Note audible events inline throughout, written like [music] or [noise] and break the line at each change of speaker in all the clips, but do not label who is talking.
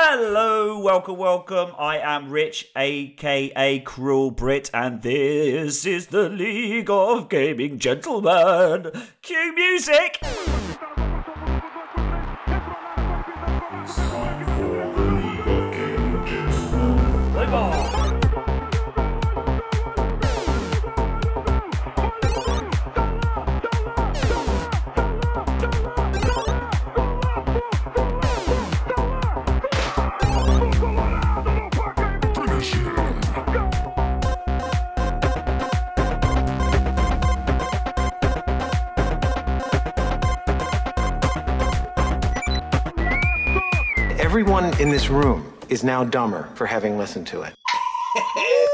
Hello, welcome, welcome. I am Rich, aka Cruel Brit, and this is the League of Gaming Gentlemen. Cue music!
Everyone in this room is now dumber for having listened to it.
Hey!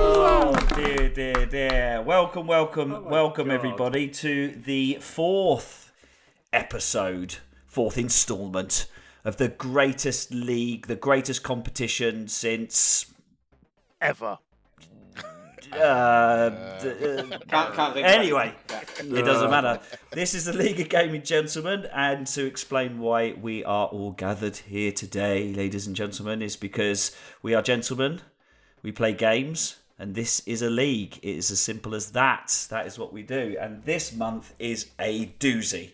Oh, dear, dear, dear. Welcome, welcome, welcome, everybody, to the fourth episode, fourth installment of the greatest league, the greatest competition since
ever.
Uh, d- uh, anyway, it doesn't matter. This is the League of Gaming Gentlemen, and to explain why we are all gathered here today, ladies and gentlemen, is because we are gentlemen, we play games, and this is a league. It is as simple as that. That is what we do. And this month is a doozy.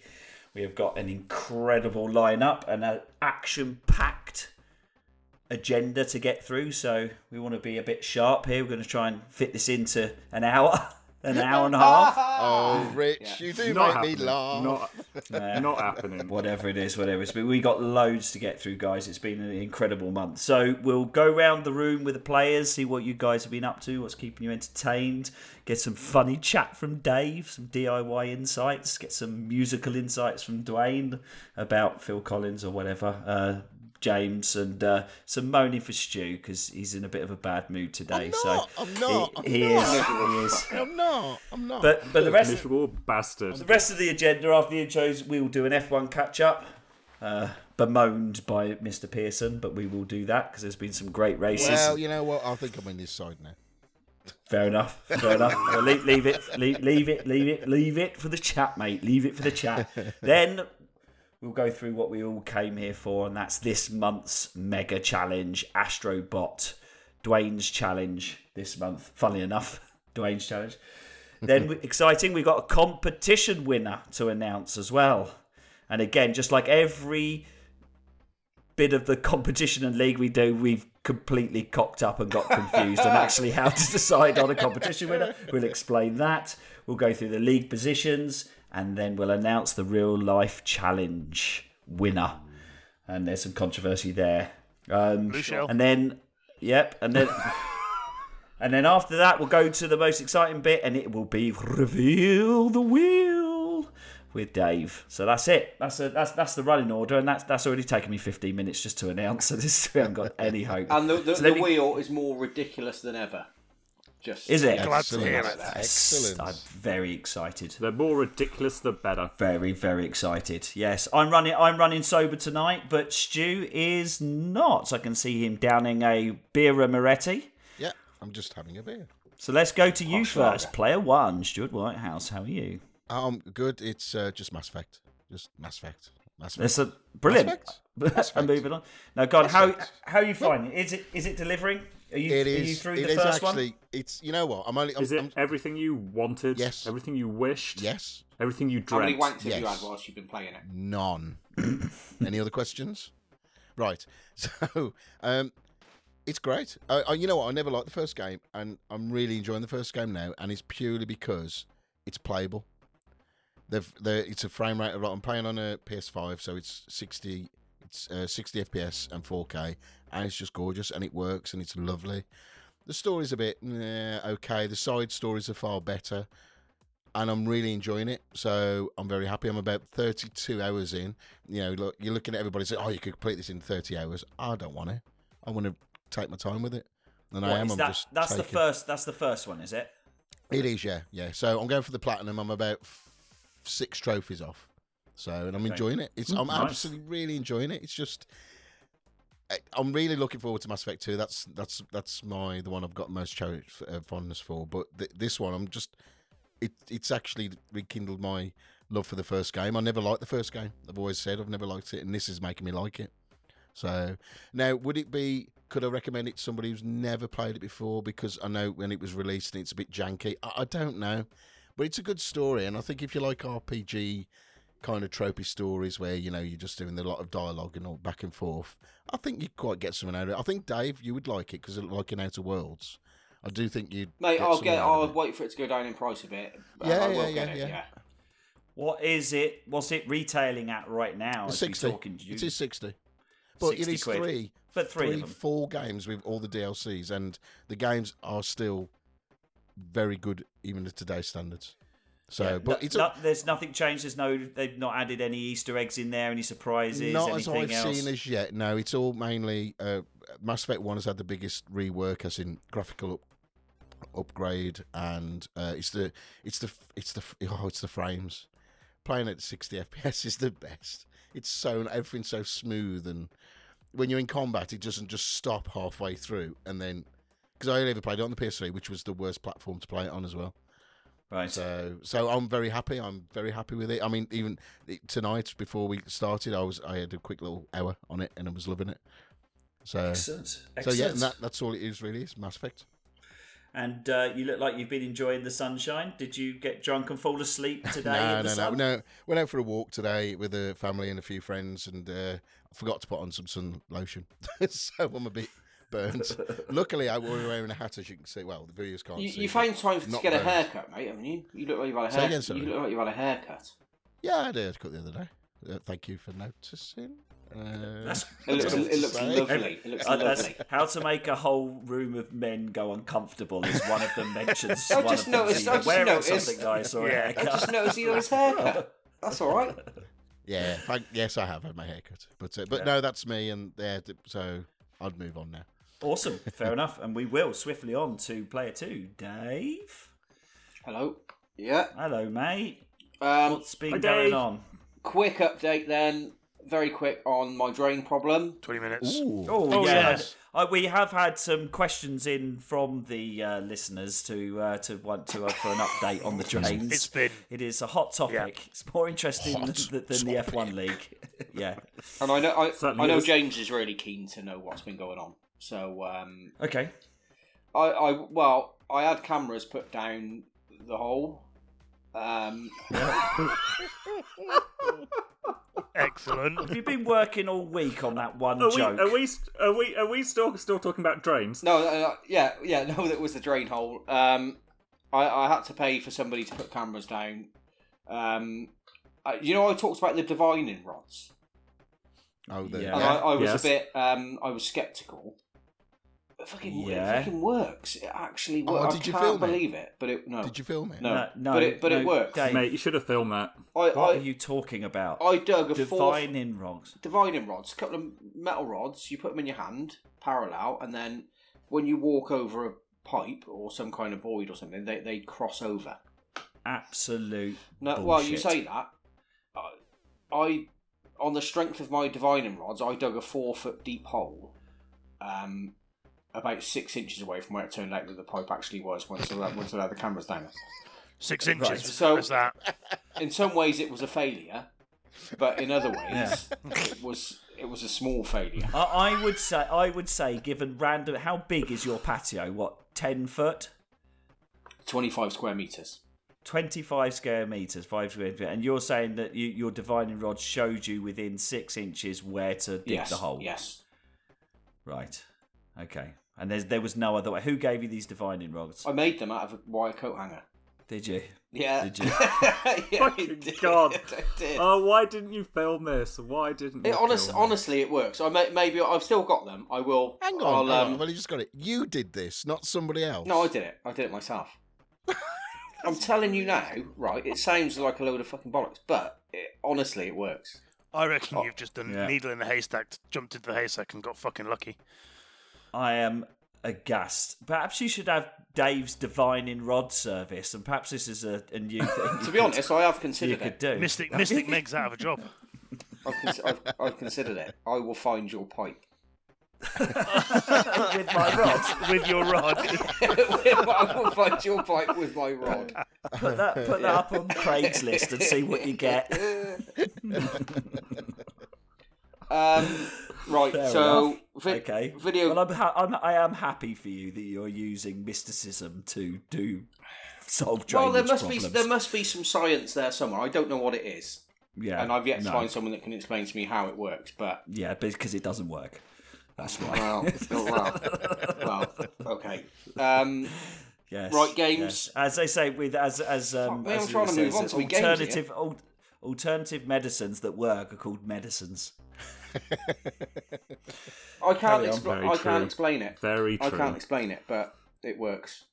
We have got an incredible lineup and an action packed agenda to get through, so we want to be a bit sharp here. We're going to try and fit this into an hour, [laughs] an hour and a half,
Oh, Rich, you do
Not
make me
happening.
laugh. [laughs]
Not, not happening.
whatever it is, whatever it's been. We got loads to get through, guys. It's been an incredible month. So we'll go round the room with the players, see what you guys have been up to, what's keeping you entertained, get some funny chat from Dave, some DIY insights, get some musical insights from Dwayne about Phil Collins or whatever. Uh, James and uh, some moaning for Stu because he's in a bit of a bad mood today.
not,
so
I'm not,
he-
I'm
he, is. He is.
I'm not. I'm not.
But but the rest
Miserable bastard.
the rest of the agenda after the intros, we will do an F1 catch up. Uh, bemoaned by Mr. Pearson, but we will do that because there's been some great races.
well, you know what? I think I'm in this side now.
fair enough. Fair enough. Well, leave, leave it. Leave, leave it. Leave it. Leave it for the chat, mate. Leave it for the chat. then we'll go through what we all came here for, and that's this month's mega challenge, Astrobot, Dwayne's challenge this month. Funnily enough, Dwayne's challenge. Then we- exciting, we got a competition winner to announce as well. And again, just like every bit of the competition and league we do, we've completely cocked up and got confused on actually how to decide on a competition winner. We'll explain that. We'll go through the league positions and then we'll announce the real life challenge winner. And there's some controversy there. Um,
Blue shell.
and then, yep, and
[laughs]
then. And then after that, we'll go to the most exciting bit, and it will be reveal the wheel with Dave. So that's it. That's a, that's that's the running order, and that's that's already taken me 15 minutes just to announce. So this [laughs] we haven't got any hope.
And the, the,
So let
the
me-
wheel is more ridiculous than ever. Just
is it?
Glad to hear it.
Excellent.
I'm very excited.
The more ridiculous, the better.
Very very excited. Yes, I'm running. I'm running sober tonight, but Stu is not. I can see him downing a Bira Moretti.
Yeah, I'm just having a beer.
So let's go to you first, player one, Stuart Whitehouse. How are you?
Um, good. It's uh, just Mass Effect. Just Mass Effect. Mass Effect.
That's a brilliant. [laughs]
Aspects.
I'm
Aspects.
moving on. Now, God, how
Aspects.
how are you finding? it? Is it is it delivering? Are you,
It
are you
is.
through
it
the
is
first
actually.
one?
It's. You know what? I'm only. I'm,
Is it
I'm-
everything you wanted?
Yes.
Everything you wished?
yes.
Everything you
How many
dreamt?
wanks have you
Yes.
had whilst you've been playing it?
None. Any other questions? Right. [laughs] So, um, it's great. I, I, you know what? I never liked the first game, and I'm really enjoying the first game now, and it's purely because it's playable. They've, they're, it's a frame rate of lot. I'm playing on a PS5, so it's 60, it's uh, 60 FPS and 4K, and it's just gorgeous, and it works, and it's lovely. The story's a bit eh, okay. The side stories are far better, and I'm really enjoying it. So I'm very happy. I'm about 32 hours in. You know, look, you're looking at everybody saying, "Oh, you could complete this in 30 hours." I don't want to. I want to take my time with it, and I
What
am.
is
I'm
that-
just
that's the
taking-
first. That's the first one, is it?
It is, yeah, yeah. So I'm going for the platinum. I'm about f- six trophies off. So and I'm enjoying it. It's I'm
nice.
absolutely really enjoying it. It's just I- I'm really looking forward to Mass Effect 2. That's that's that's my the one I've got most cherish, uh, fondness for. But th- this one, I'm just it it's actually rekindled my love for the first game. I never liked the first game. I've always said I've never liked it, and this is making me like it. So now, would it be? Could I recommend it to somebody who's never played it before? Because I know when it was released and it's a bit janky. I, I don't know, but it's a good story, and I think if you like RPG kind of tropey stories where you know you're just doing a lot of dialogue and all back and forth, I think you quite get something out of it. I think Dave, you would like it because it like in Outer Worlds. I do think you'd.
Mate, I'll
something
get.
out of
I'll
it.
wait for it to go down in price a bit. But
Yeah, yeah,
I will
yeah,
get it,
yeah.
yeah.
What is it? What's it retailing at right now?
It's
as we
60.
talking to you?
It is 60. But it
60
is
quid.
three,
But three of them.
full games with all the DLCs, and the games are still very good, even to today's standards. So,
Yeah,
but
no-
it's
no-
a,
there's nothing changed. There's no. They've not added any Easter eggs in there. Any surprises?
not as
anything
I've
else?
seen as yet. No, it's all mainly uh, Mass Effect One has had the biggest rework, as in graphical up, upgrade, and uh, it's the it's the it's the oh it's the frames. Playing at 60 FPS is the best. It's so everything's so smooth, and when you're in combat, it doesn't just stop halfway through, and then because I only ever played it on the PS3, which was the worst platform to play it on as well.
right.
So, so I'm very happy. I'm very happy with it. I mean, even tonight before we started, I was I had a quick little hour on it and I was loving it. So,
Excellent.
so
Excellent.
yeah, and that, that's all it is really. It's Mass Effect.
And uh, you look like you've been enjoying the sunshine. Did you get drunk and fall
[laughs]
asleep today?
no,
in the
no,
sun?
no, no. Went out for a walk today with the family and a few friends, and uh, I forgot to put on some sun lotion, [laughs] so I'm a bit
[laughs]
burnt. Luckily, I was wearing a hat, as you can see. Well, the viewers can't
You,
see.
you
but
found time to
not
get a
burnt.
haircut, mate, haven't you? You look like you've had a
Say again,
haircut.
sorry.
You look like you've had a haircut.
Yeah, I had a haircut the other day. Uh, thank you for noticing. Uh,
That's-
It looks,
That's
it looks
all to say.
lovely. It looks
Uh, that's [laughs]
lovely.
how to make a whole room of men go uncomfortable is one of the mentions.
[laughs] I
one
just
of them
noticed-
either
I just
wearing
noticed.
something nice or a
Yeah. I
I
haircut. [laughs]
just noticed he has haircut. That's all right.
Yeah, thank, yes, I have had my haircut, but uh, but no, that's me, and yeah, th- so I'd move on now.
Awesome. Fair enough. And we will swiftly on to player two, Dave.
Hello. Yeah.
Hello, mate.
Um,
What's been
Hi,
going
Dave.
on?
quick update then, very quick on my drain problem.
20 minutes.
Oh,
Oh,
yeah.
yes.
I, we have had some questions in from the uh, listeners to uh, to want to uh, for an update
[laughs]
on the drains.
It's been-
it is a hot topic.
Yeah.
It's more interesting than,
Hot
than the F one league. [laughs] yeah.
And I know I,
Certainly
I know
is.
James is really keen to know what's been going on. So um,
Okay.
I, I well, I had cameras put down the hole. Um,
Excellent.
Have you been working all week on that one
Are we,
joke?
are we st- are we are we still still talking about drains?
no, uh, yeah, yeah, [laughs] no, that was the drain hole. Um, I, I had to pay for somebody to put cameras down. Um, I, you know, I talked about the divining rods.
Oh, there.
Yeah.
and
yeah.
I, I was
Yes.
a bit um, I was skeptical. It fucking,
Yeah.
it fucking works. It actually
Oh,
works.
did
I
you
can't
film it?
believe it, but it no.
Did you film it?
No.
No, no,
But it- but it
no,
works.
Dave,
Mate, you should have filmed that.
I,
what
I,
are you talking about?
I dug a four
Divining wrongs.
dividing rods, a couple of metal rods. You put them in your hand, parallel, and then when you walk over a pipe or some kind of void or something, they, they cross over.
Absolute.
No,
bullshit.
well, you say that. I, I, on the strength of my divining rods, I dug a four foot deep hole, um, about six inches away from where it turned out that the pipe actually was once I, once I had the cameras down.
Six inches.
Right,
was-
so-
was that?
[laughs] In some ways, it was a failure, but in other ways, it was it was a small failure.
I, I would say, I would say, given random, how big is your patio? What, ten foot?
Twenty five square meters.
25 square meters, five square meters, and you're saying that you, your divining rod showed you within six inches where to dig
Yes.
the hole.
Yes.
Right. Okay. And there's, there was no other way. Who gave you these divining rods?
I made them out of a wire coat hanger.
Did you?
Yeah.
Did you?
[laughs] [laughs] yeah, I
Fucking
did.
God.
[laughs] I did.
Oh, why didn't you film this? Why didn't you?
It, honest,
film this?
honestly, it works. I may, maybe I've still got them. I will.
Hang
I'll,
on, hang
um,
on. Well, you just got it. You did this, not somebody else.
No, I did it. I did
[laughs]
it myself. I'm telling you now, right? It sounds like a load of fucking bollocks, but it, honestly, it works.
I reckon you've just done
Yeah.
needle in a haystack, jumped into the haystack, and got fucking lucky.
I am aghast. Perhaps you should have Dave's divining rod service, and perhaps this is a, a
[laughs]
new thing.
To be honest, I have
you
considered
could
it.
do.
Mystic [laughs] Mystic Meg's out of a job.
I've, cons- I've, I've considered it. I will find your pipe. [laughs]
with my rod.
[laughs] with your rod.
I will fight your pipe with my rod.
[laughs] Put that put that up on Craigslist and see what you
[laughs]
get.
Um, right,
Fair
so
enough.
vi-
okay.
video.
Well, I'm, ha- I'm I am happy for you that you're using mysticism to do solve
well,
drainage
there must
problems.
be there must be some science there somewhere. I don't know what it is,
yeah,
and I've yet to
Uh, no.
find someone that can explain to me how it works. But
Yeah, because it doesn't work. That's why.
well, well, well, okay. Um,
[laughs] Yes,
Right, games.
yes. As they say, with as as um,
me,
as
I'm
Lewis
trying to move
says,
on to my games
alternative al- alternative medicines that work are called medicines.
I can't
Carry on.
explain.
Very
I
true.
can't explain it.
Very
I
true.
can't explain it, but it works.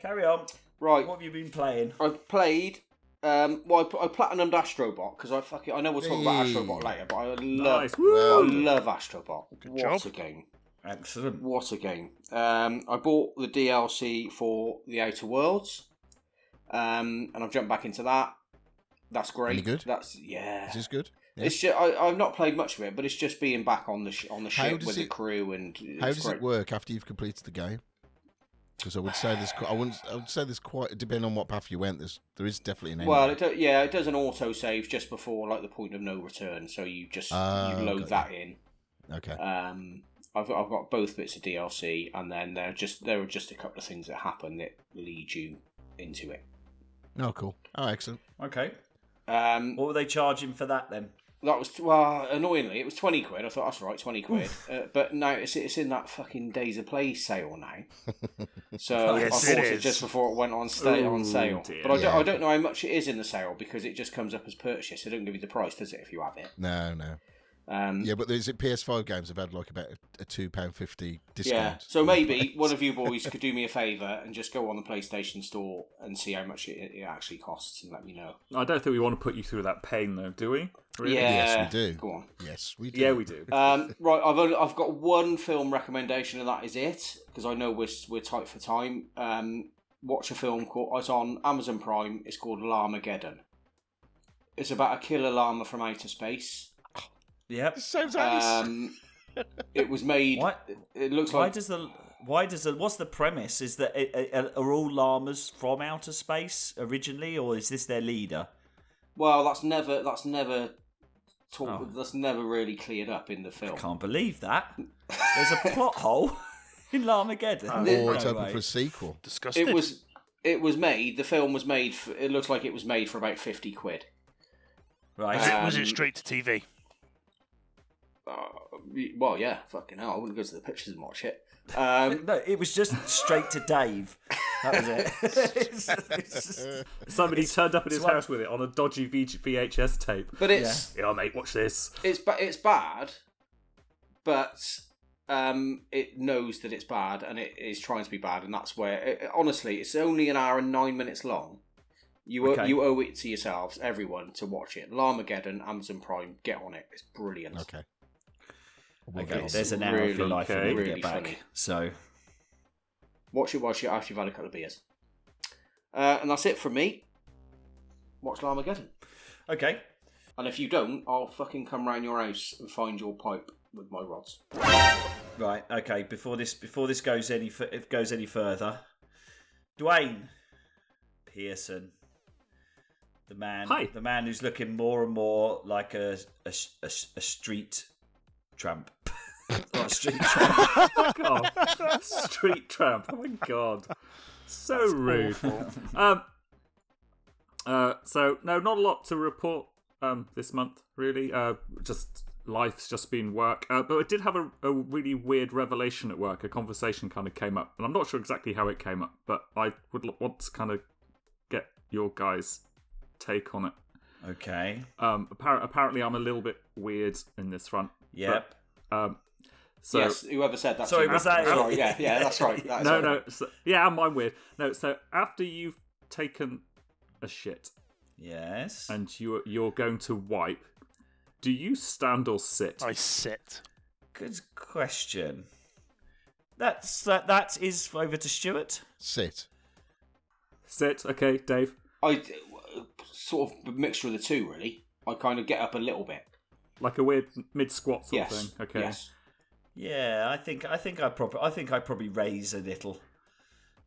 Carry on.
Right,
What have you been playing?
I played. Um, well, I, pl- I platinumed Astrobot because I fucking I know we'll talk about
Hey.
Astrobot later, but I love
Nice.
I
Well,
Oh, love Astrobot. what
job.
a game!
Excellent.
What a game! Um, I bought the DLC for The Outer Worlds, um, and I've jumped back into that. That's great.
Any good?
That's yeah.
is this good? Yeah.
It's just, I, I've not played much of it, but it's just being back on the sh- on the
How
ship
does
with the
it-
crew and
How
it's
does
great.
it work after you've completed the game? Because I would say there's, qu- I wouldn't, I would say there's quite, depending on what path you went, there's, there is definitely an end.
Well, it
game.
do, yeah, it does an auto save just before like the point of no return, so you just
Ah,
you
got
load that in.
okay.
Um, I've I've got both bits of DLC, and then there are just there are just a couple of things that happen that lead you into it.
No, cool. Oh, excellent.
Okay.
Um,
What were they charging for that then?
that was well annoyingly it was twenty quid. I thought that's right, twenty quid. uh, but no, it's it's in that fucking days of play sale now. So
Yes,
I
it
bought it,
is.
just before it went on sale
Ooh,
on sale.
dear.
But I don't,
Yeah.
I don't know how much it is in the sale because it just comes up as purchase. It doesn't give you the price, does it? If you have it.
No, no.
Um,
Yeah, but there's uh, PS5 games have had like about a, a two pound fifty discount.
Yeah. So maybe one of you boys could do me a favour and just go on the PlayStation Store and see how much it, it actually costs and let me know.
I don't think we want to put you through that pain, though, do we? Really?
Yeah.
Yes, we do.
Go on.
Yes, we do.
Yeah, we do.
Um, [laughs] right. I've only, I've got one film recommendation and that is it because I know we're s- we're tight for time. Um, watch a film called it's on Amazon Prime. It's called Llamageddon. It's about a killer llama from outer space.
Yep.
Sounds nice.
Um, it was made.
Why-
It looks
Why
like
does the why does the what's the premise? Is that are, are all llamas from outer space originally, or is this their leader?
well, that's never that's never. Talk,
Oh.
That's never really cleared up in the film.
Can't believe that. There's a plot hole [laughs] in Llamageddon.
Um,
or
No
it's open
way.
for a sequel.
Disgusted.
it was it was made the film was made for, it looks like it was made for about 50 quid
Was
right.
it, was
um,
it straight to TV?
uh, well yeah fucking hell i wouldn't go to the pictures and watch it um,
No, it was just straight to Dave. That was it.
[laughs]
It's- [laughs] it's-
Somebody turned up at his
like-
house with it on a dodgy VG- VHS tape.
but it's
Yeah, mate, watch this.
it's ba- it's bad but um, it knows that it's bad and it is trying to be bad and that's where it, honestly it's only an hour and nine minutes long you, owe-
Okay.
you owe it to yourselves, everyone, to watch it. Larmageddon, Amazon Prime, get on it. It's brilliant.
Okay.
okay,
Oh
it's
there's an hour of your
really
life and then
funny.
you get back.
Really funny.
So
Watch it, watch it after you've had a couple of beers. Uh, and that's it from me. Watch Larmageddon.
okay.
And if you don't, I'll fucking come round your house and find your pipe with my rods.
Right, okay. Before this, before this goes any fu- if goes any further, Dwayne Pearson, the man,
Hi.
the man who's looking more and more like a a, a, a street tramp, [laughs] not a street [laughs] tramp.
God. Oh, [laughs] Street tramp. Oh my god. So rude. Um uh, so no, not a lot to report um this month, really. Uh just life's just been work. Uh, but I did have a, a really weird revelation at work. A conversation kind of came up, and I'm not sure exactly how it came up, but I would l- want to kind of get your guys' take on it.
Okay.
Um appar- apparently I'm a little bit weird in this front.
Yep.
But, um so
yes, whoever said that. to
Sorry,
me.
was that-
Sorry, yeah, yeah, that's right.
[laughs]
That is
no,
right.
no. So, yeah, I'm mine weird. No, so after you've taken a shit
Yes.
and you you're going to wipe, do you stand or sit?
I sit.
Good question. That's that. That is over to Stuart.
Sit.
Sit. Okay, Dave.
I sort of a mixture of the two, really. I kind of get up a little bit.
Like a weird mid squat sort
yes.
of thing. Okay.
Yes.
Yeah, I think I think I probably I think I probably raise a little.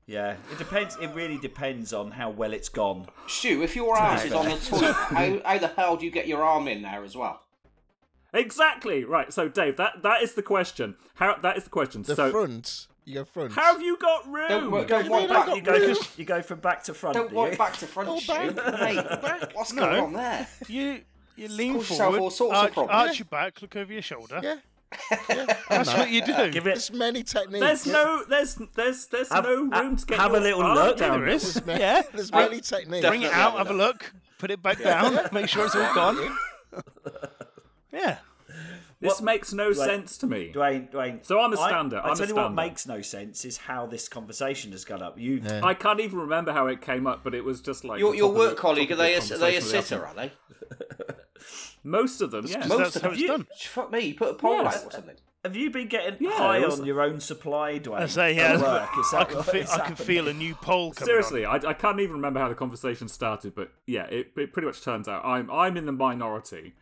Yeah, it depends. It really depends on how well it's gone.
Stu, if your ass is on the toilet, how, how the hell do you get your arm in there as well?
Exactly right. So Dave, that that is the question. How that is the question.
The
so
front. You go front.
how have you got room?
Don't, wo- don't wipe
mean I
back.
got
You go from, you go from back to front.
Don't
do
wipe
you?
back to front,
Oh,
Stu.
back,
Mate,
back.
what's
No.
going on there?
You you lean
Cause yourself
forward,
all sorts of
arch,
problems.
arch your back, look over your shoulder.
Yeah.
That's what you do.
[laughs] Give
[laughs] There's
it.
many techniques.
There's no there's there's there's
Have-
no room
ha-
to get
have a
your
little
arm
look.
down.
There
[laughs]
is.
There's ma-
Yeah.
There's many techniques.
Bring it out, have a look, put it back down, make sure it's all gone. Yeah.
This
What-
makes no sense to me.
Dwayne, Dwayne.
So I'm a
I-
stander,
I,
I'm a
tell you what
stander.
makes no sense is how this conversation has gone up. You,
I can't even remember how it came up, but it was just like
Your,
the
your
top of
work
the-
colleague,
top
are
of the
they a, are they a
conversation we
sitter,
had.
are they?
Most of them, yeah.
Because
Most
that's
of
how it's
you-
done.
Fuck me, you put a pole
Yes.
out or something.
have you been getting
Yeah,
high
it was-
on your own supply, Dwayne?
I say,
at
yeah,
work? Is
I
that
can,
what
feel,
is
I can
happening?
feel a new pole coming
Seriously, I, I can't even remember how the conversation started, but yeah, it, it pretty much turns out I'm I'm in the minority.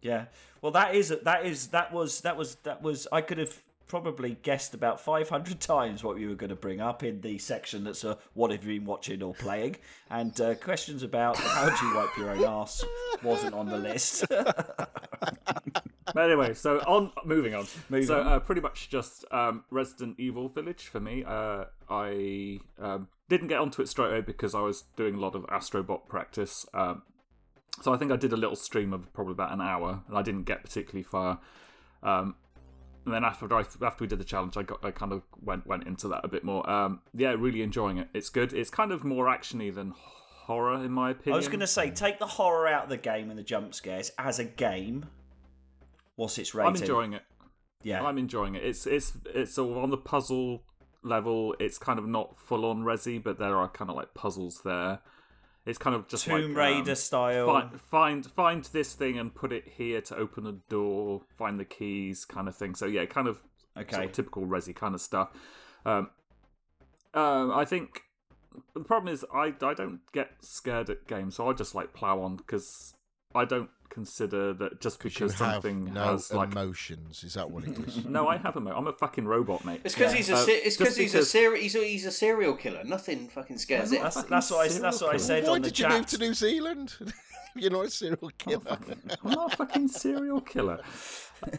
Yeah. Well, that is that is that was that was that was I could have probably guessed about 500 [laughs] times what you were going to bring up in the section that's uh, what have you been watching or playing and uh, questions about how do you wipe your
[laughs]
own ass wasn't on the list [laughs]
But anyway, so on moving on.
Moving
so
on.
Uh, pretty much just um, Resident Evil Village for me. Uh, I um, didn't get onto it straight away because I was doing a lot of Astrobot practice. Um, so I think I did a little stream of probably about an hour, and I didn't get particularly far. Um, and then after I, after we did the challenge, I got I kind of went went into that a bit more. Um, yeah, really enjoying it. It's good. It's kind of more actiony than horror, in my opinion.
I was going to say take the horror out of the game and the jump scares as a game what's its rating
I'm enjoying it.
yeah
I'm enjoying it. It's it's it's all on the puzzle level. It's kind of not full on Resi, but there are kind of like puzzles there. It's kind of just
Tomb
like,
Raider
um,
style
Find, find find this thing and put it here to open a door. Find the keys, kind of thing. So yeah, kind of
okay
sort of typical Resi kind of stuff. Um, um, I think the problem is I I don't get scared at games, so I just like plow on because I don't consider that just
You
because
have
something
no
has like
emotions. Is that what it
[laughs]
is?
no, I have a mo I'm a fucking robot, mate.
It's because he's a
Uh,
se- it's
just
because he's a
because-
ser- he's a he's a serial killer. Nothing fucking scares him.
that's, that's what I that's what I said
Why
on the
did you
chat
move to New Zealand? [laughs] You're not a serial killer.
I'm not a fucking serial killer.
[laughs]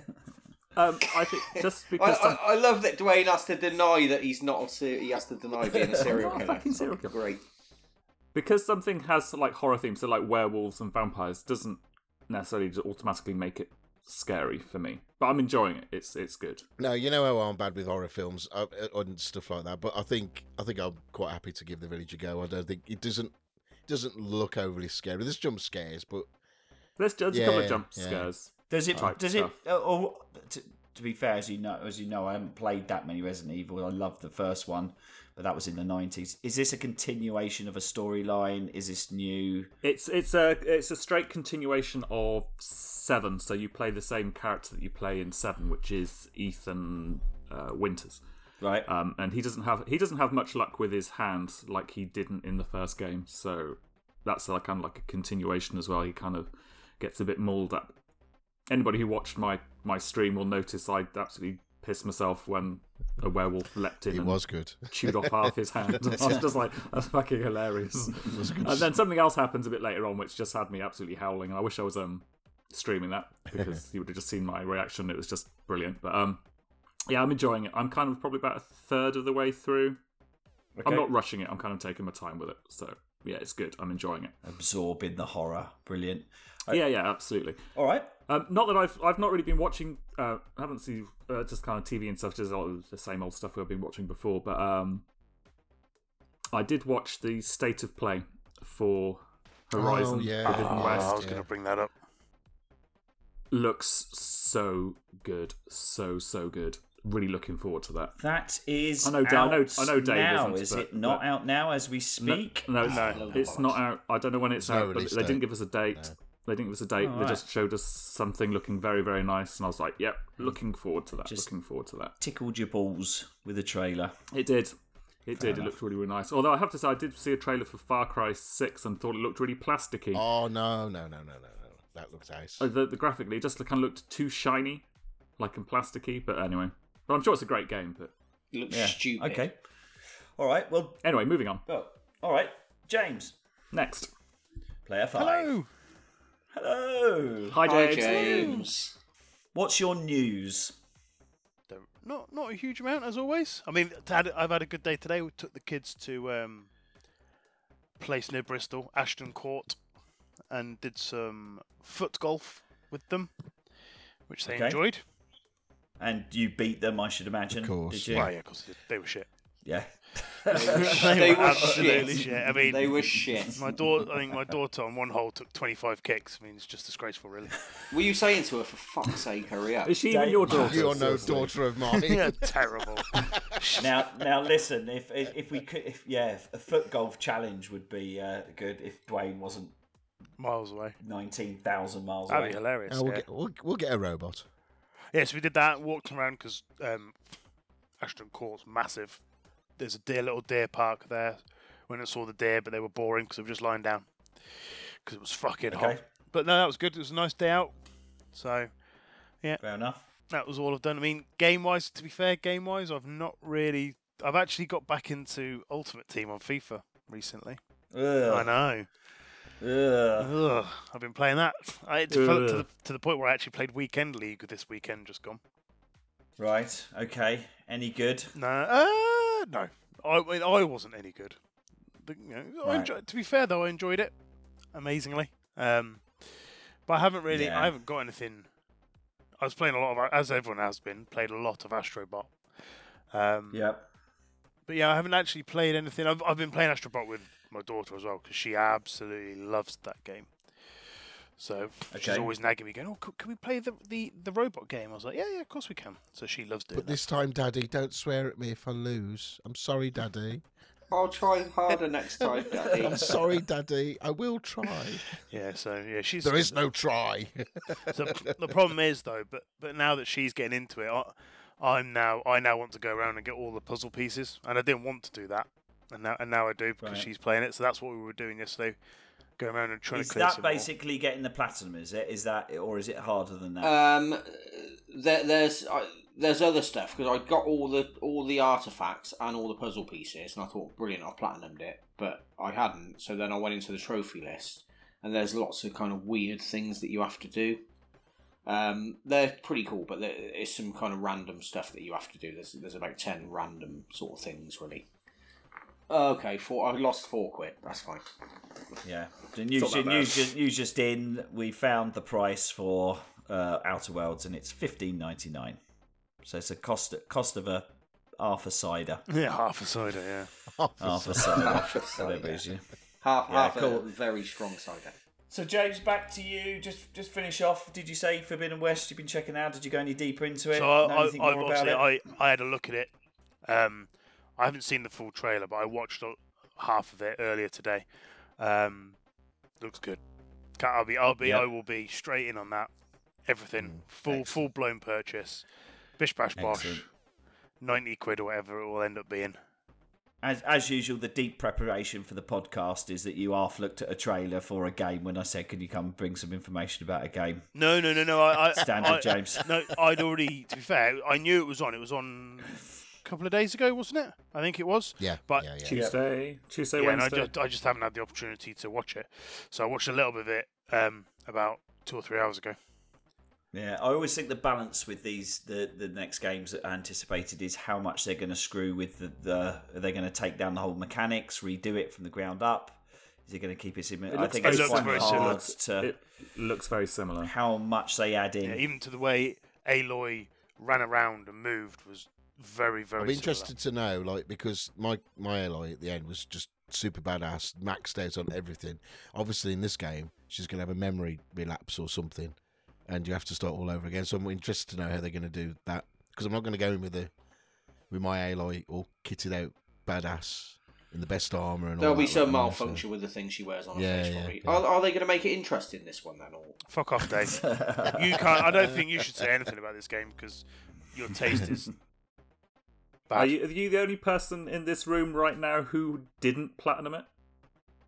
Um, I think just
I,
because
I, I love that Dwayne has to deny that he's not a ser- he has to deny being a serial
not a
killer.
fucking serial killer.
Great.
because something has like horror themes, so like werewolves and vampires, doesn't necessarily just automatically make it scary for me. But I'm enjoying it. It's it's good.
No, you know how I'm bad with horror films uh, uh, and stuff like that. But I think I think I'm quite happy to give the village a go. I don't think it doesn't doesn't look overly scary. There's jump scares, but
There's just a couple
Yeah,
of jump
yeah.
scares.
Does it?
type
Does
stuff.
it? uh, Or to, to be fair, as you know, as you know, I haven't played that many Resident Evil. I loved the first one, but that was in the nineties. Is this a continuation of a storyline? Is this new?
It's it's a it's a straight continuation of Seven. So you play the same character that you play in Seven, which is Ethan uh, Winters.
Right.
um, and he doesn't have he doesn't have much luck with his hand like he didn't in the first game. So that's like kind of like a continuation as well. He kind of gets a bit mauled up. Anybody who watched my my stream will notice I absolutely pissed myself when a werewolf leapt in
it
and
was good. [laughs]
chewed off half his hand. [laughs] I was just like, that's fucking hilarious. and then something else happens a bit later on, which just had me absolutely howling. And I wish I was um streaming that because you would have just seen my reaction. It was just brilliant. But um, yeah, I'm enjoying it. I'm kind of probably about a third of the way through. I'm not rushing it. I'm kind of taking my time with it. So yeah, it's good. I'm enjoying it.
Absorbing the horror. Brilliant.
yeah, yeah, absolutely.
All right.
Um, not that I've I've not really been watching. Uh, I haven't seen uh, just kind of TV and stuff. Just a lot of the same old stuff I've been watching before. But um, I did watch the state of play for Horizon.
Oh, yeah.
Forbidden
Oh,
West
I
I
was
was
Yeah.
going
gonna
to bring that up.
looks so good, so so good. Really looking forward to that.
That is.
I know Da-
Out
I know- I know Dave
Now
isn't,
is
but-
it not
but-
out now as we speak?
No, no, it's not out. I don't know when it's
There's no
out, but
release
they didn't
date.
give us a date. They didn't give us a date.
Oh,
they
right.
just showed us something looking very very nice, and I was like, "Yep, looking forward to that.
Hmm. Just-
looking forward to that."
Tickled your balls with a trailer.
It did. It did. It looked really, really nice. Although I have to say, I did see a trailer for Far Cry 6 and thought it looked really
[laughs]
plasticky.
Oh no no no no no no! That looks nice. [laughs]
Uh, The, the graphically, it just kind of looked too shiny, like and plasticky. But anyway, But I'm sure it's a great game. But
It looks
Yeah.
stupid.
Okay. All right. Well.
anyway, moving on.
well, all right. James,
Next.
player five.
Hello.
Hello.
Hi,
Hi,
James.
James.
What's your news?
Don't- Not not a huge amount as always. I mean, t- had- I've had a good day today. We took the kids to um, place near Bristol, Ashton Court, and did some foot golf with them, which they
Okay.
enjoyed.
And you beat them, I should imagine. Of
course.
Did you?
Well, yeah, because they were shit.
Yeah.
[laughs]
They were
absolutely
shit.
shit. I mean,
They were shit.
my daughter. I think my daughter on one hole took 25 kicks. I mean, it's just disgraceful, really.
Were you saying to her, for fuck's sake, hurry up?
Is she even
Dave-
your daughter?
You are no daughter of mine.
[laughs]
[laughs]
yeah, terrible.
Now, now, listen. If if if we could, if yeah, if a foot golf challenge would be uh, good if Dwayne wasn't
Miles away.
nineteen thousand miles
That'd
away.
be hilarious.
Uh, we'll,
yeah.
get, we'll, we'll get a robot.
Yeah, so we did that, walked around because um, Ashton Court's massive. There's a dear little deer park there. Went and saw the deer, but they were boring because they were just lying down because it was fucking hot.
Okay.
But no, that was good. It was a nice day out. So
Fair enough.
that was all I've done. I mean, game wise, to be fair, game wise, I've not really. I've actually got back into Ultimate Team on FIFA recently. I
Ugh.
know.
Ugh.
Ugh, I've been playing that. I, to,
Ugh.
to, the, to the point where I actually played Weekend League this weekend, just gone.
Right. Okay. Any good?
No, uh, no. I I mean, I wasn't any good. The- you know, I
Right.
enjoyed, to be fair, though, I enjoyed it amazingly. Um, but I haven't really,
Yeah.
I haven't got anything. I was playing a lot of, as everyone has been, played a lot of Astrobot. Um,
Yep.
But yeah, I haven't actually played anything. I've, I've been playing Astrobot with my daughter as well because she absolutely loves that game. So she's
Okay.
always nagging me, going, "Oh, c- can we play the, the the robot game?" I was like, "Yeah, yeah, of course we can." So she loves doing
But
that.
this time, Daddy, don't swear at me if I lose. I'm sorry, Daddy.
I'll try harder next time,
[laughs]
Daddy.
I'm sorry, Daddy. I will try.
Yeah, so yeah, she's
There is no try. [laughs]
So the problem is though, but but now that she's getting into it, I, I'm now I now want to go around and get all the puzzle pieces, and I didn't want to do that, and now and now I do because
Right.
she's playing it. So that's what we were doing yesterday, going around and trying
Is
to clear
that
some more.
basically getting the platinum? Is it? Is that or is it harder than that?
Um, there, there's I there's other stuff because I got all the all the artifacts and all the puzzle pieces, and I thought brilliant, I platinumed it, but I hadn't. So then I went into the trophy list, and there's lots of kind of weird things that you have to do. Um, they're pretty cool, but there is some kind of random stuff that you have to do. There's there's about ten random sort of things really. Okay, four. I lost four quid. That's fine.
Yeah. The news,
not that
the news,
bad.
just, news just in. We found the price for uh, Outer Worlds, and it's fifteen ninety nine. So it's a cost cost of a half a
[laughs]
cider,
Yeah, half a cider. Yeah,
half a cider,
Half a cider.
whatever it is. Yeah.
Half
Yeah,
half
cool.
a very strong cider.
So James, back to you. Just just finish off. Did you say Forbidden West? You've been checking out. Did you go any deeper into it?
so I,
Know
I,
anything
I
more about
obviously
it?
I, I had a look at it. Um, I haven't seen the full trailer, but I watched a- half of it earlier today. Um, looks good. Ca- I'll be I'll be
Yep.
I will be straight in on that.
Mm,
Everything full full blown purchase. Bish bash bosh.
Excellent.
90 quid or whatever it will end up being.
As, as usual, the deep preparation for the podcast is that you half looked at a trailer for a game when I said, "Can you come and bring some information about a game?"
No, no, no, no. I,
[laughs]
I
Standard,
I-
James.
No, I'd already. To be fair, I knew it was on. It was on a couple of days ago, wasn't it? I think it was.
yeah,
But
yeah, yeah.
Tuesday, Tuesday,
yeah, and I
Wednesday.
just, I just haven't had the opportunity to watch it. So I watched a little bit of it um, about two or three hours ago.
Yeah, I always think the balance with these the the next games that are anticipated is how much they're going to screw with the, the are they going to take down the whole mechanics, redo it from the ground up? Is it going to keep it similar? I
looks
think
very
it's
similar.
quite
It looks very
hard
similar.
to
It looks very similar.
how much they add in.
Yeah,
[laughs]
even to the way Aloy ran around and moved was very, very.
I'm
similar.
interested to know, like, because my my Aloy at the end was just super badass, maxed out on everything. Obviously, in this game, she's going to have a memory relapse or something, and you have to start all over again. So I'm interested to know how they're going to do that because I'm not going to go in with the with my Aloy all kitted out, badass in the best armor and
There'll
all
be
that, like, you
some
know, so-
malfunction with the things she wears on her
Yeah,
face.
yeah,
Probably.
yeah.
Are, are they going to make it interesting this one then? Or
Fuck off, [laughs] Dave. you can't. I don't think you should say anything about this game because your taste [laughs] is bad.
Are you, are you the only person in this room right now who didn't platinum it?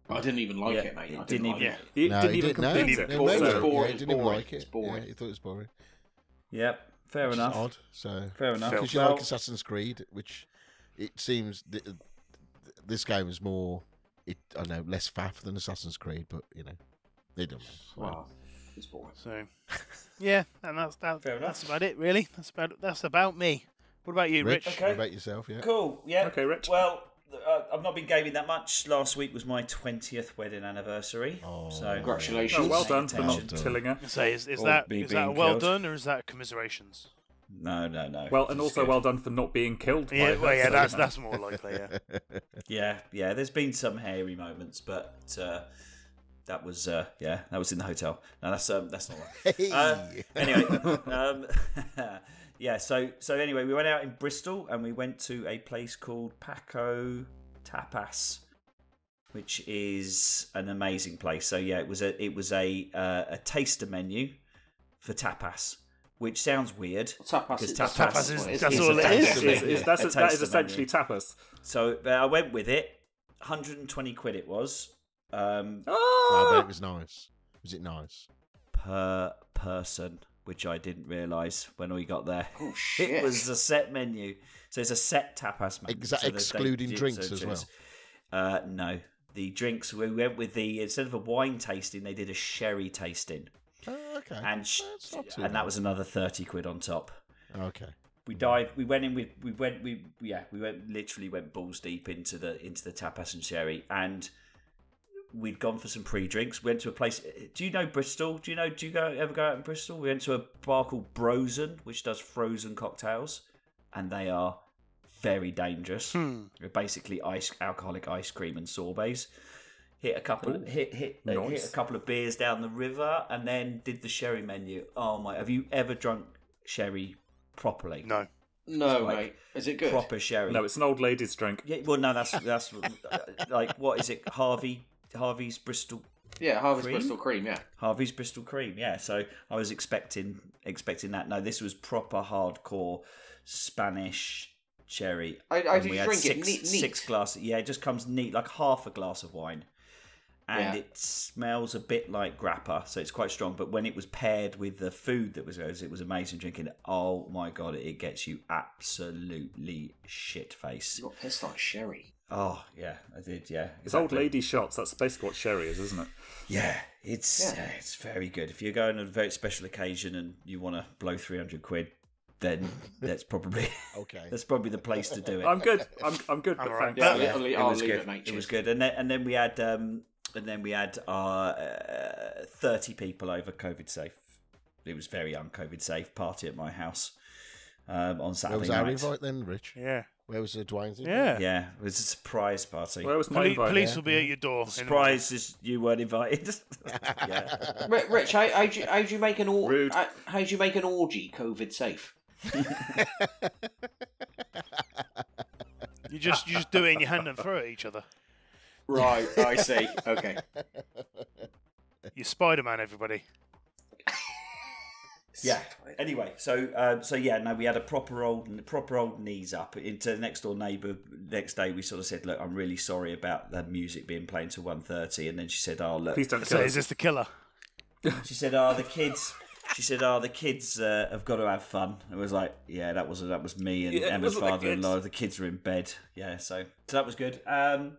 I didn't even like
Yeah,
it, mate. I
it
didn't,
didn't
like
even-
it.
You
No,
didn't
he
even
didn't- no,
complete
he
it.
didn't- no,
It was
so-
no,
boring,
yeah, he didn't even
boring,
like
it's
it.
boring.
Yeah, he thought it was boring.
Yep. Fair
which is
enough.
odd. So
Fair enough.
because Uh, you
Well-
like Assassin's Creed, which it seems th- th- this game is more, it I don't know less faff than Assassin's Creed, but you know, it doesn't. matter.
Well, it's boring.
So, [laughs] yeah, and that's that,
Fair enough.
that's about it, really. That's about that's about me. What about you, Rich?
Rich,
Okay.
what about yourself, yeah.
Cool. Yeah.
Okay, Rich.
Well, uh, I've not been gaming that much. Last week was my twentieth wedding anniversary.
Oh.
so
Congratulations.
Oh, well
Pay
done for not
attention.
killing her.
Say, is, is
Or
that
me
is that a
being
well
killed.
done or is that commiserations?
No, no, no.
Well, and
Just
also
good.
well done for not being killed. by
Yeah,
her,
well, yeah,
so-
that's that's more likely. [laughs] Yeah,
Yeah, yeah. There's been some hairy moments, but uh, that was uh, yeah, that was in the hotel. No, that's um, that's not. Right. Uh, anyway, um, [laughs] yeah. So so anyway, we went out in Bristol and we went to a place called Paco Tapas, which is an amazing place. So yeah, it was a it was a uh, a taster menu for tapas, which sounds weird.
Tapas
because
is-
tapas,
tapas is- that's
a
all it
taster
is.
Is-
menu.
is- that's-
A
that is
taster menu.
essentially tapas.
So but I went with it. 120 quid it was um,
I bet
Ah!
it was nice. Was it nice?
per person, which I didn't realise when we got there.
Oh,
[laughs]
shit.
It was a set menu, so it's a set tapas menu.
Exa-
so they- they
excluding
do-
drinks
so
as
it's-
well.
Uh, no, the drinks we went with the instead of a wine tasting, they did a sherry tasting,
Oh, okay.
and sh-
That's not too
and that
bad.
was another 30 quid on top.
okay.
we dived we went in with we went we yeah we went literally went balls deep into the into the tapas and sherry and we'd gone for some pre-drinks went to a place do you know bristol do you know do you go ever go out in bristol we went to a bar called brozen which does frozen cocktails and they are very dangerous they're basically ice alcoholic ice cream and sorbets hit a couple
Ooh,
hit hit uh,
nice.
hit a couple of beers down the river and then did the sherry menu oh my have you ever drunk sherry properly
no,
No,
like
mate. Is it good?
proper sherry.
No, it's an old lady's drink.
yeah, well, no, that's that's [laughs] uh, like what is it? Harvey Harvey's Bristol
Yeah, Harvey's
Cream?
Bristol cream. Yeah.
Harvey's Bristol Cream. Yeah, so I was expecting expecting that. No, this was proper hardcore Spanish sherry.
I- I
And
did
we had
drink it
six,
neat- neat.
Six glasses. Yeah, it just comes neat, like half a glass of wine. And
Yeah.
it smells a bit like grappa, so it's quite strong. But when it was paired with the food that was goes, it was amazing drinking. it. Oh my god, it gets you absolutely shit face.
You got pissed on sherry.
Oh yeah, I did. Yeah,
It's old lady shots. That's basically what sherry is, isn't it?
Yeah, it's
Yeah.
uh, it's very good. If you're going on a very special occasion and you want to blow three hundred quid,
[laughs]
then that's probably
Okay.
that's probably the place to do it.
I'm good. I'm, I'm good, but
alright.
thanks.
Yeah,
Yeah,
I'll, leave-
it
I'll
was
leave
good.
it, mate.
It was
cheers.
good, and then and then we had um and then we had our uh, thirty people over COVID safe. It was very un-COVID safe party at my house um, on
Where
Saturday
was
night.
our invite then, Rich?
yeah,
Where was uh, Dwayne's invite?
yeah.
Yeah, it was a surprise party.
Where was my
Poli-
invite?
police will be at your door. in a minute.
surprise is you weren't
[laughs]
invited. [laughs] yeah.
Ri- Rich, how how'd you, how'd you make an or-
Rude.
how- how'd you make an orgy COVID safe?
You just you just do it and you hand them through at each other.
[laughs]
Right, I see. Okay.
You Spider Man, everybody.
Yeah. Anyway, so um, so yeah, no, we had a proper old proper old knees up into the next door neighbour. Next day, we sort of said, "Look, I'm really sorry about the music being played till 1.30. and then she said, "Oh, look,"
Please don't
So
kill
is
us.
this the killer?
she said, "Oh, the kids." She said, "Oh, the kids uh, have got to have fun." It was like, "Yeah, that was that was me and
Yeah, it
Emma's
wasn't the
father-in-law. The kids were in bed. Yeah, so so that was good. Um,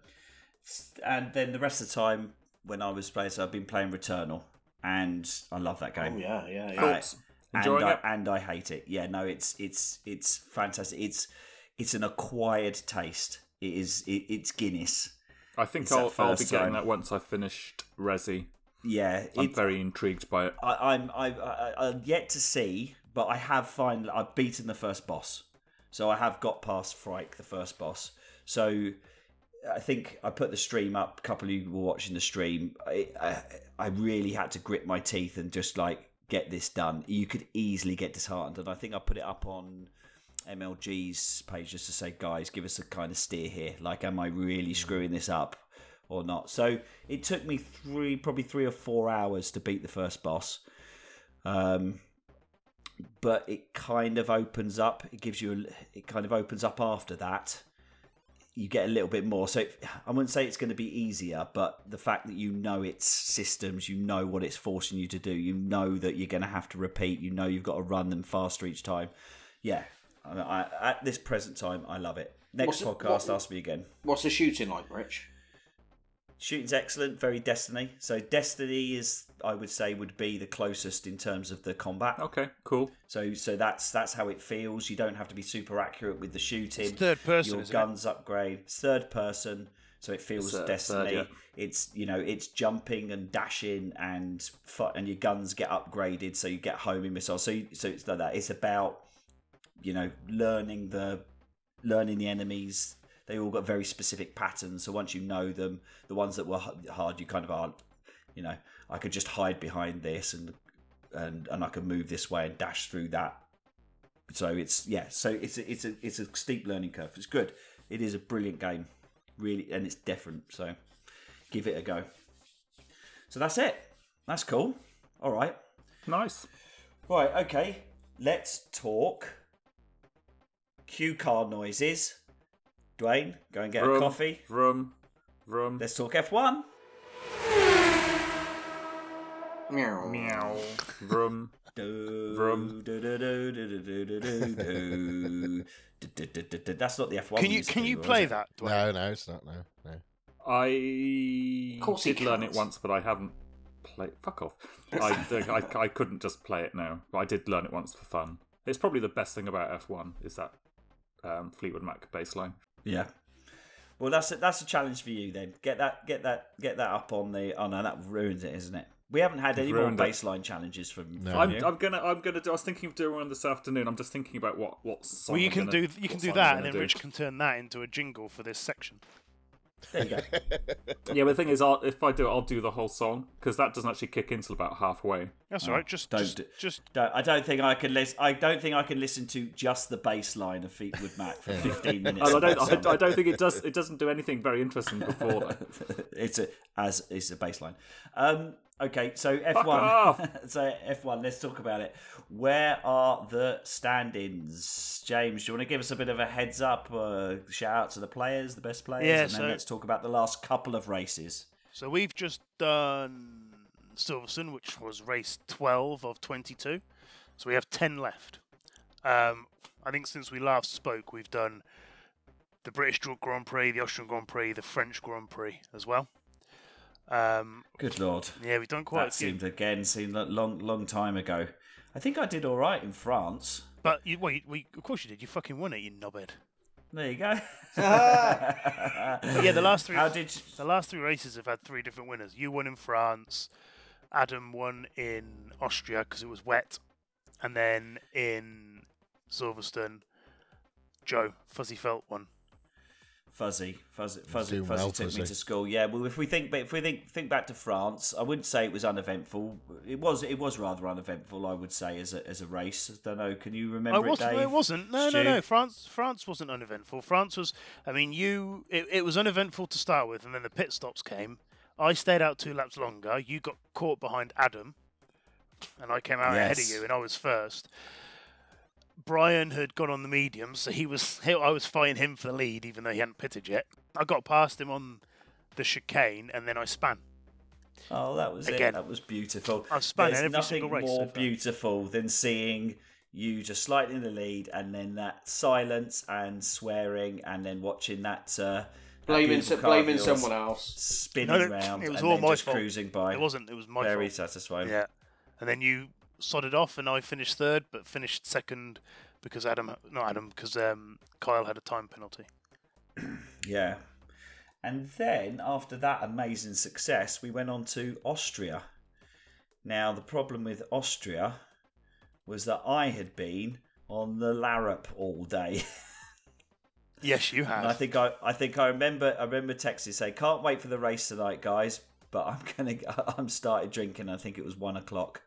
and then the rest of the time when I was playing, so I've been playing Returnal, and I love that
Oh,
game.
yeah, yeah,
Uh,
Thoughts? Enjoying
and
it?
I, and I hate it. Yeah, no, it's it's it's fantastic. It's it's an acquired taste. It is it, it's Guinness.
I think
It's that
I'll, I'll be
first
getting
time.
that once I've finished Resi.
Yeah,
I'm
it's,
very intrigued by it.
I, I'm I, I, I'm yet to see, but I have finally I've beaten the first boss, so I have got past Frike, the first boss. So I think I put the stream up. A couple of you were watching the stream. I, I I really had to grit my teeth and just like get this done. You could easily get disheartened, and I think I put it up on MLG's page just to say, guys, give us a kind of steer here. Like, am I really screwing this up or not? So it took me three, probably three or four hours to beat the first boss. Um, but it kind of opens up. It gives you. A, it kind of opens up after that. you get a little bit more. So it, I wouldn't say it's going to be easier, but the fact that you know its systems, you know what it's forcing you to do, you know that you're going to have to repeat, you know you've got to run them faster each time. Yeah, I, mean, I, at this present time, I love it. Next
What's-
podcast,
what-
ask me again.
What's the shooting like, Rich?
Shooting's excellent, very Destiny. So Destiny is, I would say, would be the closest in terms of the combat.
Okay, cool.
So so that's that's how it feels. You don't have to be super accurate with the shooting.
It's third person,
Your
isn't it?
guns upgrade. It's third person, so it feels
Third-
Destiny.
third, yeah.
It's you know it's jumping and dashing and fu- and your guns get upgraded, so you get homing missiles. So you, so it's like that. It's about you know learning the learning the enemies. They all got very specific patterns. So once you know them, the ones that were h- hard, you kind of aren't. You know, I could just hide behind this and and and I can move this way and dash through that. So it's yeah, so it's a, it's a it's a steep learning curve. It's good. It is a brilliant game, really, and it's different. So give it a go. So that's it. That's cool. All right,
Nice.
right, okay. Let's talk. Cue card noises. Dwayne, go and get a
Vroom,
coffee.
Vroom, vroom.
Let's talk F one.
Meow.
Meow. Vroom. Vroom.
[laughs] That's not the F one.
Can you can you play that? Dwayne?
No, no, it's not. No, no.
I
Of course he
did learn
can't.
it once, but I haven't played. Fuck off! I,
[laughs]
don't- I I couldn't just play it now, but I did learn it once for fun. It's probably the best thing about F one is that um, Fleetwood Mac baseline.
Yeah. Well, that's a, that's a challenge for you then. Get that get that get that up on the. Oh no, that ruins it, isn't it? We haven't had any more
Ruined it.
baseline challenges from.
No.
Oh,
from
I'm,
you.
I'm gonna I'm gonna do. I was thinking of doing one this afternoon. I'm just thinking about what what song.
Well, you
I'm
can
gonna-
do you can
what
do
song I'm
that,
gonna
and then
do.
Rich can turn that into a jingle for this section.
There you go.
Yeah, but the thing is, I'll, if I do it, I'll do the whole song because that doesn't actually kick in till about halfway.
That's all right. Just
Oh, don't
just,
do-
just
Don't, I don't think I can listen. I don't think I can listen to just the baseline of Fleetwood Mac for
[laughs]
fifteen minutes.
And I don't I, I don't think it does. It doesn't do anything very interesting before that.
[laughs] it's a as it's a baseline. Um, okay, so F
Fuck
one.
off.
[laughs] so F one. Let's talk about it. Where are the stand-ins, James? Do you want to give us a bit of a heads up? Uh, shout out to the players, the best players,
Yeah,
and then
so-
let's talk about the last couple of races.
So we've just done Silverstone, which was race 12 of 22. So we have 10 left. Um, I think since we last spoke, we've done the British Grand Prix, the Austrian Grand Prix, the French Grand Prix as well. Um,
Good lord,
yeah, we've done quite
that
a few.
seemed again seemed a long, long time ago. I think I did all right in France.
But you, well, you, we, of course you did. You fucking won it, you knobhead.
There you
[laughs]
go. [laughs]
But Ah! yeah, the last three.
How did?
The last three races have had three different winners. You won in France, Adam won in Austria because it was wet, and then in Silverstone, Joe Fuzzy Felt won.
Fuzzy, fuzzy, fuzzy,
doing
fuzzy
well,
took me
Fuzzy.
to school. Yeah, well, if we think, but if we think, think back to France, I wouldn't say it was uneventful. It was, it was rather uneventful. I would say as a as a race. I don't know. Can you remember?
I was,
it,
no,
Dave?
it wasn't. No,
Stu?
no, no. France, France wasn't uneventful. France was. I mean, you. It, it was uneventful to start with, and then the pit stops came. I stayed out two laps longer. You got caught behind Adam, and I came out ahead of
Yes.
you, and I was first. Brian had gone on the medium, so he was. [laughs] He, I was fighting him for the lead, even though he hadn't pitted yet. I got past him on the chicane, and then I span.
Oh, that was it.
Again.
That was beautiful.
I've spun
There's
every
nothing
single race
more
so far.
beautiful than seeing you just slightly in the lead, and then that silence and swearing, and then watching that. Uh, that
Blaming,
beautiful
so,
car of
blaming
yours
someone else.
spinning
No, no,
round.
it was
and
all
then
my
just
fault.
Cruising by.
It wasn't. It was my
very
fault.
satisfying.
Yeah. And then you sodded off, and I finished third, but finished second because Adam, not Adam, because um, Kyle had a time penalty.
Yeah. And then after that amazing success, we went on to Austria. Now, the problem with Austria was that I had been on the Larup all day. [laughs]
Yes, you had.
And I think I, I think I remember I remember texting say, "Can't wait for the race tonight, guys." But I'm [laughs] gonna I'm started drinking. I think it was one o'clock.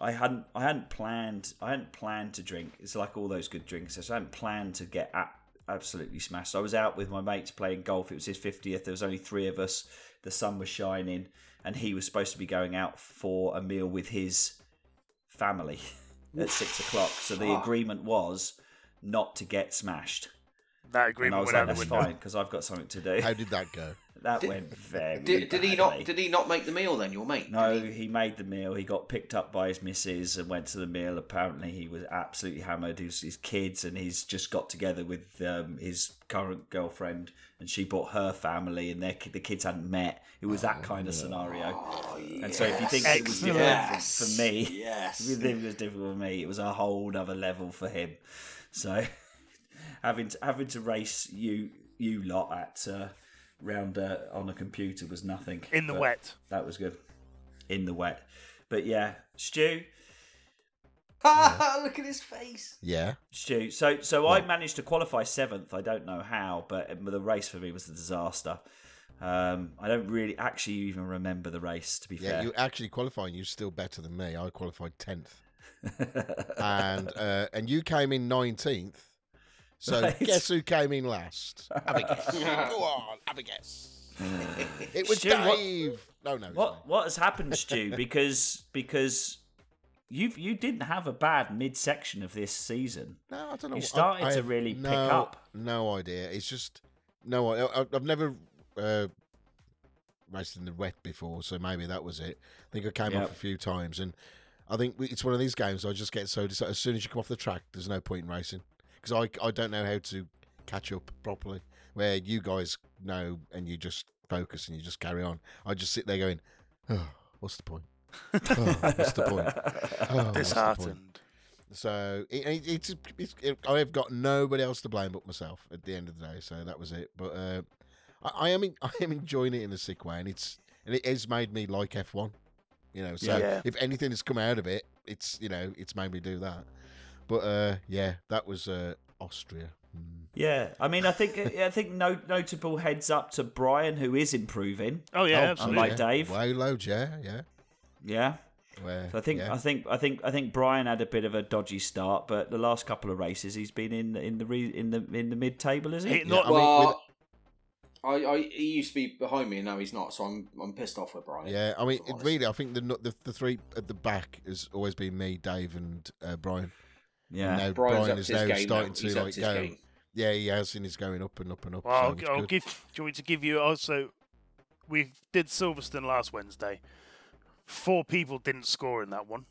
I hadn't I hadn't planned I hadn't planned to drink. It's like all those good drinks. I hadn't planned to get a absolutely smashed. I was out with my mates playing golf. It was his fiftieth. There was only three of us. The sun was shining, and he was supposed to be going out for a meal with his [laughs] family at six o'clock. So the agreement was not to get smashed.
That
And I
agreement
was
went
like,
out the
that's
window.
fine because I've got something to do.
How did
[laughs]
that go?
that
Did-
went very.
Did, did he not?
badly.
Did he not make the meal then, your mate?
No,
Did he?
he made the meal. He got picked up by his missus and went to the meal. Apparently, he was absolutely hammered. His, his kids and he's just got together with um, his current girlfriend, and she brought her family, and their ki- the kids hadn't met. It was
Oh,
that kind of scenario. And so, if you think it was different
Yes.
for, for me,
Yes. [laughs]
if you think it was different for me, it was a whole other level for him. So, [laughs] having to, having to race you you lot at uh, round uh, on a computer was nothing
In the
But-
wet.
that was good. In the wet. But yeah, Stu,
Ah, Look at his face.
Yeah.
Stu. So so I managed to qualify seventh. I don't know how, but the race for me was a disaster. Um, I don't really actually even remember the race to be
Yeah,
fair.
you actually qualifying. You're still better than me. I qualified tenth, and uh, and you came in nineteenth.
[laughs]
So
Right.
guess who came in
[laughs]
last? Have a guess. Go on, have a guess. it was
Hmm. Stu, what-
Dave. No, no, it's
what what has
[laughs]
happened, Stu? Because because you you didn't have a bad midsection of this
[laughs]
season.
me. no, I don't know.
You
I-
started
I
to
have
really pick
no,
up.
No idea. It's just no. I, I- I've never uh, raced in the wet before, so maybe that was it. I think I came
Yep.
off a few times, and I think it's one of these games. I just get so dis- as soon as you come off the track, there's no point in racing because I I don't know how to catch up properly. Where you guys know and you just focus and you just carry on. I just sit there going, oh, what's the point? Oh, what's the
[laughs]
point? Oh, what's the point?"
Disheartened.
So it, it, it's, it's it, I have got nobody else to blame but myself at the end of the day. So that was it. But uh, I, I am en- [laughs] I am enjoying it in a sick way, and it's and it has made me like F one. You know, so
Yeah.
if anything has come out of it, it's you know it's made me do that. But uh, yeah, that was uh, Austria. Mm.
Yeah, I mean, I think I think no notable heads up to Brian, who is improving.
Oh yeah,
Oh,
absolutely.
Unlike Dave.
Way low, yeah, yeah.
Yeah,
Where,
So I think
yeah.
I think I think I think Brian had a bit of a dodgy start, but the last couple of races he's been in in the re, in the in the mid table, is
Hit
it?
Yeah,
not
I mean, with-
Well, I, I, he used to be behind me, and now he's not. So I'm, I'm pissed off with Brian.
Yeah, I mean,
if I'm
it
honest.
really, I think the, nu- the the three at the back has always been me, Dave, and uh, Brian.
Yeah,
Now
Brian's
Brian
up
is
his
now
game
starting
now.
to
He's up
like
his
go.
game.
Yeah, he has, and he's going up and up and up.
Well,
so
I'll,
it's
I'll
good.
give. Do you want me to give you also? We did Silverstone last Wednesday. Four people didn't score in that one.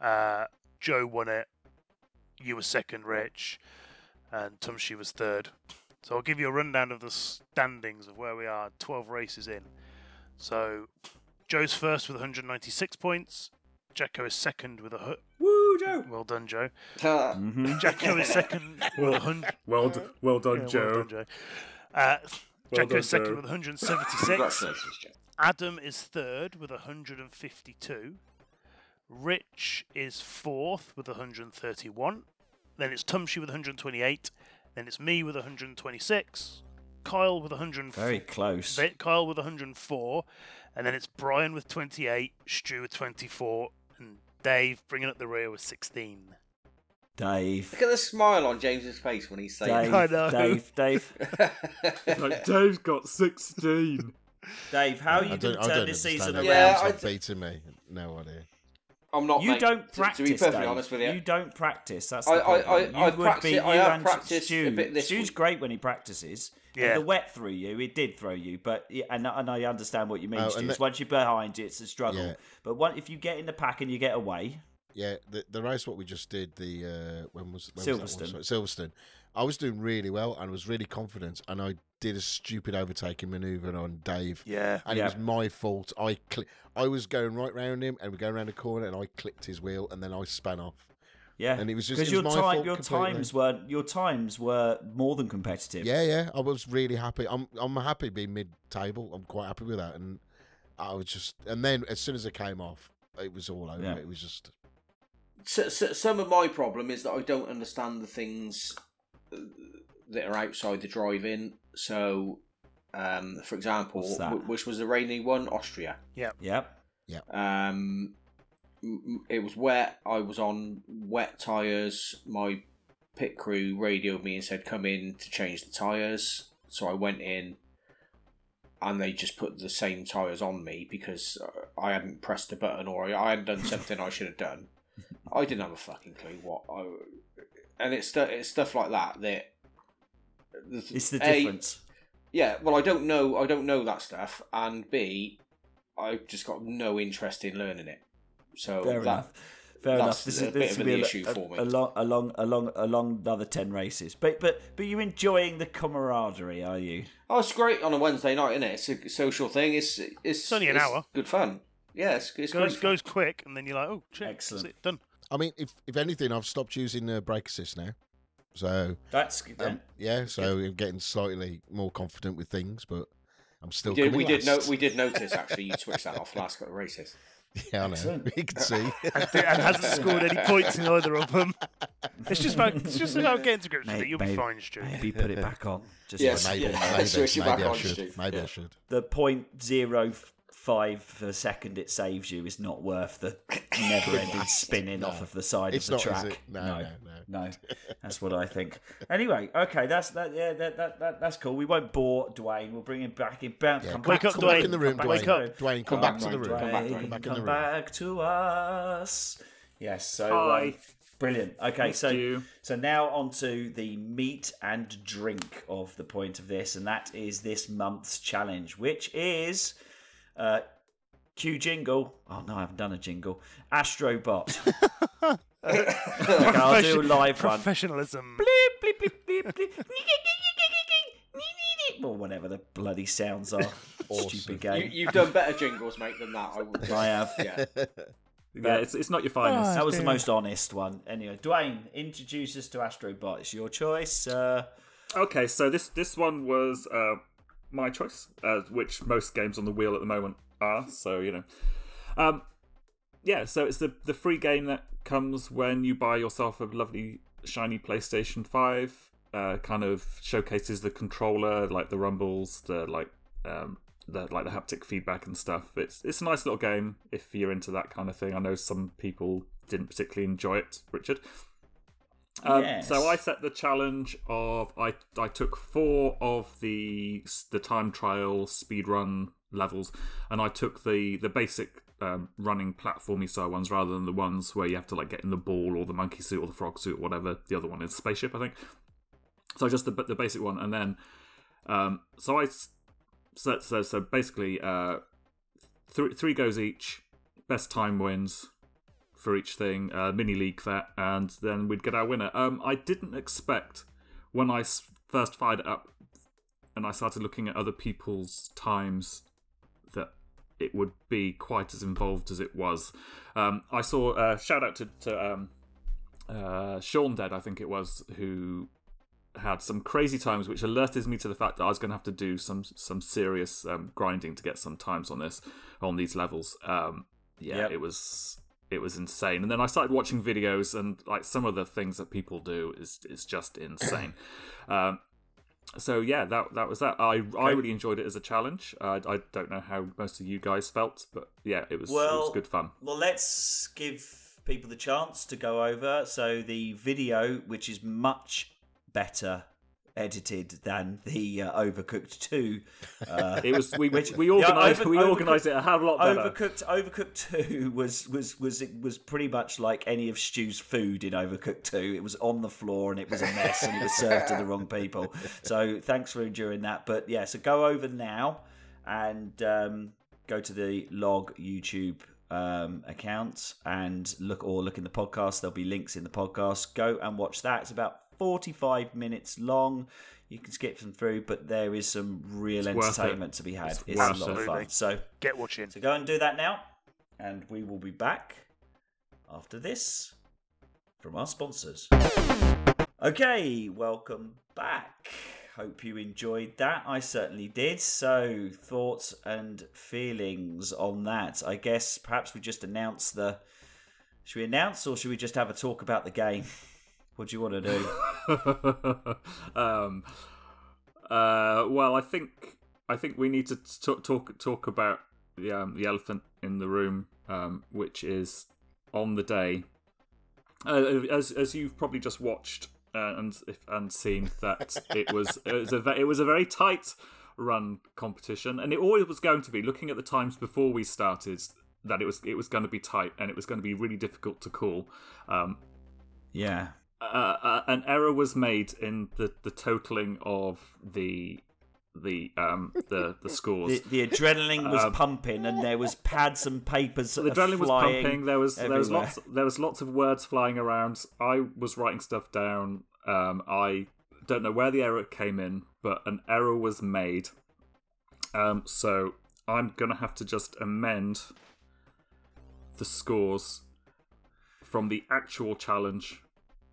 Uh, Joe won it. You were second, Rich, and Tumshi was third. So I'll give you a rundown of the standings of where we are. Twelve races in. So Joe's first with 196 points. Jacko is second with a hook.
Woo, Joe!
Well done, Joe.
[laughs]
Uh,
Mm-hmm.
Jacko
[laughs]
is second with a hundred.
Well, d- well done,
Yeah, [laughs] well
Joe.
done, Joe. Uh,
Well
Jacko
done,
is second
Joe.
with 176.
Congratulations, Jack.
Adam is third with 152. Rich is fourth with 131. Then it's Tumshi with 128. Then it's me with 126. Kyle with 104.
very close.
Ve- Kyle with 104, and then it's Brian with 28, Stu with 24, and Dave bringing up the rear with 16.
Dave,
Look at the smile on James's face when he's saying.
Dave,
I know.
Dave, Dave,
[laughs]
Like, Dave's got 16.
Dave. How are you
I
going
don't,
to
I
turn
don't
this
understand
season
how
around?
it. Yeah,
Brian's
I
not
d-
beating me. No idea.
[laughs] I'm not.
You
Oh, mate.
don't
To-
practice.
To be perfectly
Dave.
honest with you,
you don't practice. That's the
I- I-
problem.
I-
you
I practice- I have practiced
Stu.
a bit this
Stu's
week.
great when he practices. And
Yeah.
the wet threw you. It did throw you, but yeah, and and I understand what you mean,
Oh,
Stu.
and
It's
the-
Once you're behind, it's a struggle.
Yeah.
But one, if you get in the pack and you get away,
Yeah, the, the race what we just did, the uh, when was when was that one?
Silverstone.
Sorry, Silverstone. I was doing really well and was really confident, and I did a stupid overtaking maneuver on Dave.
Yeah.
and
Yeah.
it was my fault. I cli- I was going right round him, and we going round a corner, and I clipped his wheel, and then I span off.
Yeah,
And it was just-
because
it
your
was my
time,
fault
your
completely.
times were your times were more than competitive.
Yeah, yeah, I was really happy. I'm I'm happy being mid table. I'm quite happy with that, and I was just. And then as soon as I came off, it was all over.
Yeah.
It was just
so, so, some of my problem is that I don't understand the things uh, that are outside the drive-in. So, um, for example,
What's that?
wh- which was the rainy one, Austria.
Yep.
Um, m- m- it was wet. I was on wet tires. My pit crew radioed me and said, "Come in to change the tires." So I went in, and they just put the same tires on me because uh, I hadn't pressed a button or I I
[laughs]
hadn't done something I should have done. I didn't have a fucking clue what I. And it's stu- it's stuff like that that there's-
It's the
A,
difference.
yeah, well, I don't know. I don't know that stuff, and B, I've just got no interest in learning it. So
Fair
Oh, that,
enough. Fair enough.
that's
This
a
is
bit
this
of
will
an
be a,
issue
a,
for me.
a long, along, along, along the other ten races. But but but you're enjoying the camaraderie, are you?
Oh, it's great on a Wednesday night, isn't it? It's a social thing. It's it's,
It's only an hour.
Good fun. Yeah, it's, it's
goes
great. fun.
goes quick, and then you're like, oh, shit, that's
Excellent.
it, done.
I mean, if if anything, I've stopped using uh, brake assist now. So
That's good.
um,
then.
yeah, so I'm getting slightly more confident with things, but I'm still.
We did,
coming
we did no,
last. [laughs]
we did notice actually you switched that off last couple of races.
Yeah, I know. [laughs]
Excellent.
You can see.
and hasn't scored any points in either of them. It's just about it's just about getting to grips with it.
Mate,
You'll be
mate,
fine, Stu.
Maybe put it back
[laughs]
on. Just
Yes.
for now.
maybe,
yeah, [laughs] I
maybe,
switched you
maybe
back
I
on,
should.
Stu.
Maybe I
Yeah.
should.
the point zero five for a second it saves you is not worth the never-ending spinning off of the side
It's
of the
not, is
track.
it? No, no,
no,
[laughs]
That's what I think. Anyway, okay, that's that. Yeah, that, that, that that's cool. We won't bore Dwayne. We'll bring him back. In bounce.
Yeah,
come
come
back,
back-
to
come back
it.
in the room,
Come
Dwayne.
back to it.
Dwayne, come
Come
back to
back,
the
Dwayne.
room.
Come back,
Dwayne,
Dwayne.
Come back in
come
the room.
back to us. Yes. So
Hi.
um, brilliant. Okay,
Missed
so
you.
so now on to the meat and drink of the point of this, and that is this month's challenge, which is. Uh, Cue jingle. Oh no, I haven't done a jingle. Astrobot.
[laughs]
okay, I'll do a live one.
Professionalism.
Bleep, bleep, bleep, bleep, bleep. [laughs] or whatever the bloody sounds
[laughs]
are. Stupid
You,
game.
you've done better jingles, mate, than that. I, would
I have. [laughs]
Yeah.
[laughs]
[laughs]
Yeah, it's, it's not your finest.
That was the most honest one. Anyway, Dwayne, introduce us to Astrobot. It's your choice. Uh,
Okay, so this this one was uh, my choice, uh, which most games on the wheel at the moment are. So you know, um, yeah. So it's the the free game that comes when you buy yourself a lovely shiny PlayStation Five. Uh, kind of showcases the controller, like the rumbles, the like um, the like the haptic feedback and stuff. It's it's a nice little game if you're into that kind of thing. I know some people didn't particularly enjoy it, Richard. Um,
Yes.
So I set the challenge of I I took four of the the time trial speed run levels, and I took the the basic um, running platformy style ones rather than the ones where you have to like get in the ball or the monkey suit or the frog suit or whatever the other one is spaceship I think. So just the the basic one, and then um, so I s- so so so basically uh, three three goes each, best time wins for each thing, uh, mini league that, and then we'd get our winner. Um, I didn't expect when I s- first fired it up and I started looking at other people's times that it would be quite as involved as it was. Um, I saw uh, shout out to, to um, uh, Sean Dead, I think it was, who had some crazy times, which alerted me to the fact that I was going to have to do some some serious um, grinding to get some times on this on these levels. Um, yeah,
Yep.
it was it was insane. And then I started watching videos, and like some of the things that people do is is just insane. [clears throat] um, so yeah, that that was that. I I really enjoyed it as a challenge. Uh, I don't know how most of you guys felt, but yeah, it was it was good fun.
Well, let's give people the chance to go over. So the video, which is much better edited than the uh, Overcooked Two, uh,
It was
[laughs]
we
Which-
we
yeah,
organized
over-
we
overcooked-
organized it a hell of a lot better.
Overcooked Overcooked Two was was was it was pretty much like any of Stu's food in Overcooked Two. It was on the floor and it was a mess and it was served to the wrong people. So thanks for enduring that. But yeah, so go over now and um, go to the log YouTube um, account and look or look in the podcast. There'll be links in the podcast. Go and watch that. It's about forty five minutes long. You can skip them through, but there is some real
It's worth it.
entertainment to be had. It's,
It's
a lot
worth
of
it.
fun. So
Get watching.
so go and do that now, and we will be back after this from our sponsors. Okay, welcome back. Hope you enjoyed that. I certainly did. So, thoughts and feelings on that. I guess perhaps we just announce the. Should we announce or should we just have a talk about the game? What do you want to
[laughs]
do?
um, uh, well, I think I think we need to t- talk talk about the um, the elephant in the room, um, which is on the day. Uh, as as you've probably just watched uh, and if, and seen that it was it was a ve- it was a very tight run competition, and it always was going to be. Looking at the times before we started, that it was it was going to be tight and it was going to be really difficult to call. Um,
yeah.
uh, uh, an error was made in the, the totaling of the the um the
[laughs]
the
The,
scores.
the adrenaline was pumping, and there was pads and papers.
Um, the adrenaline was
flying
pumping. There was there was
everywhere.
lots there was lots of words flying around. I was writing stuff down. Um, I don't know where the error came in, but an error was made. Um, so I'm gonna have to just amend the scores from the actual challenge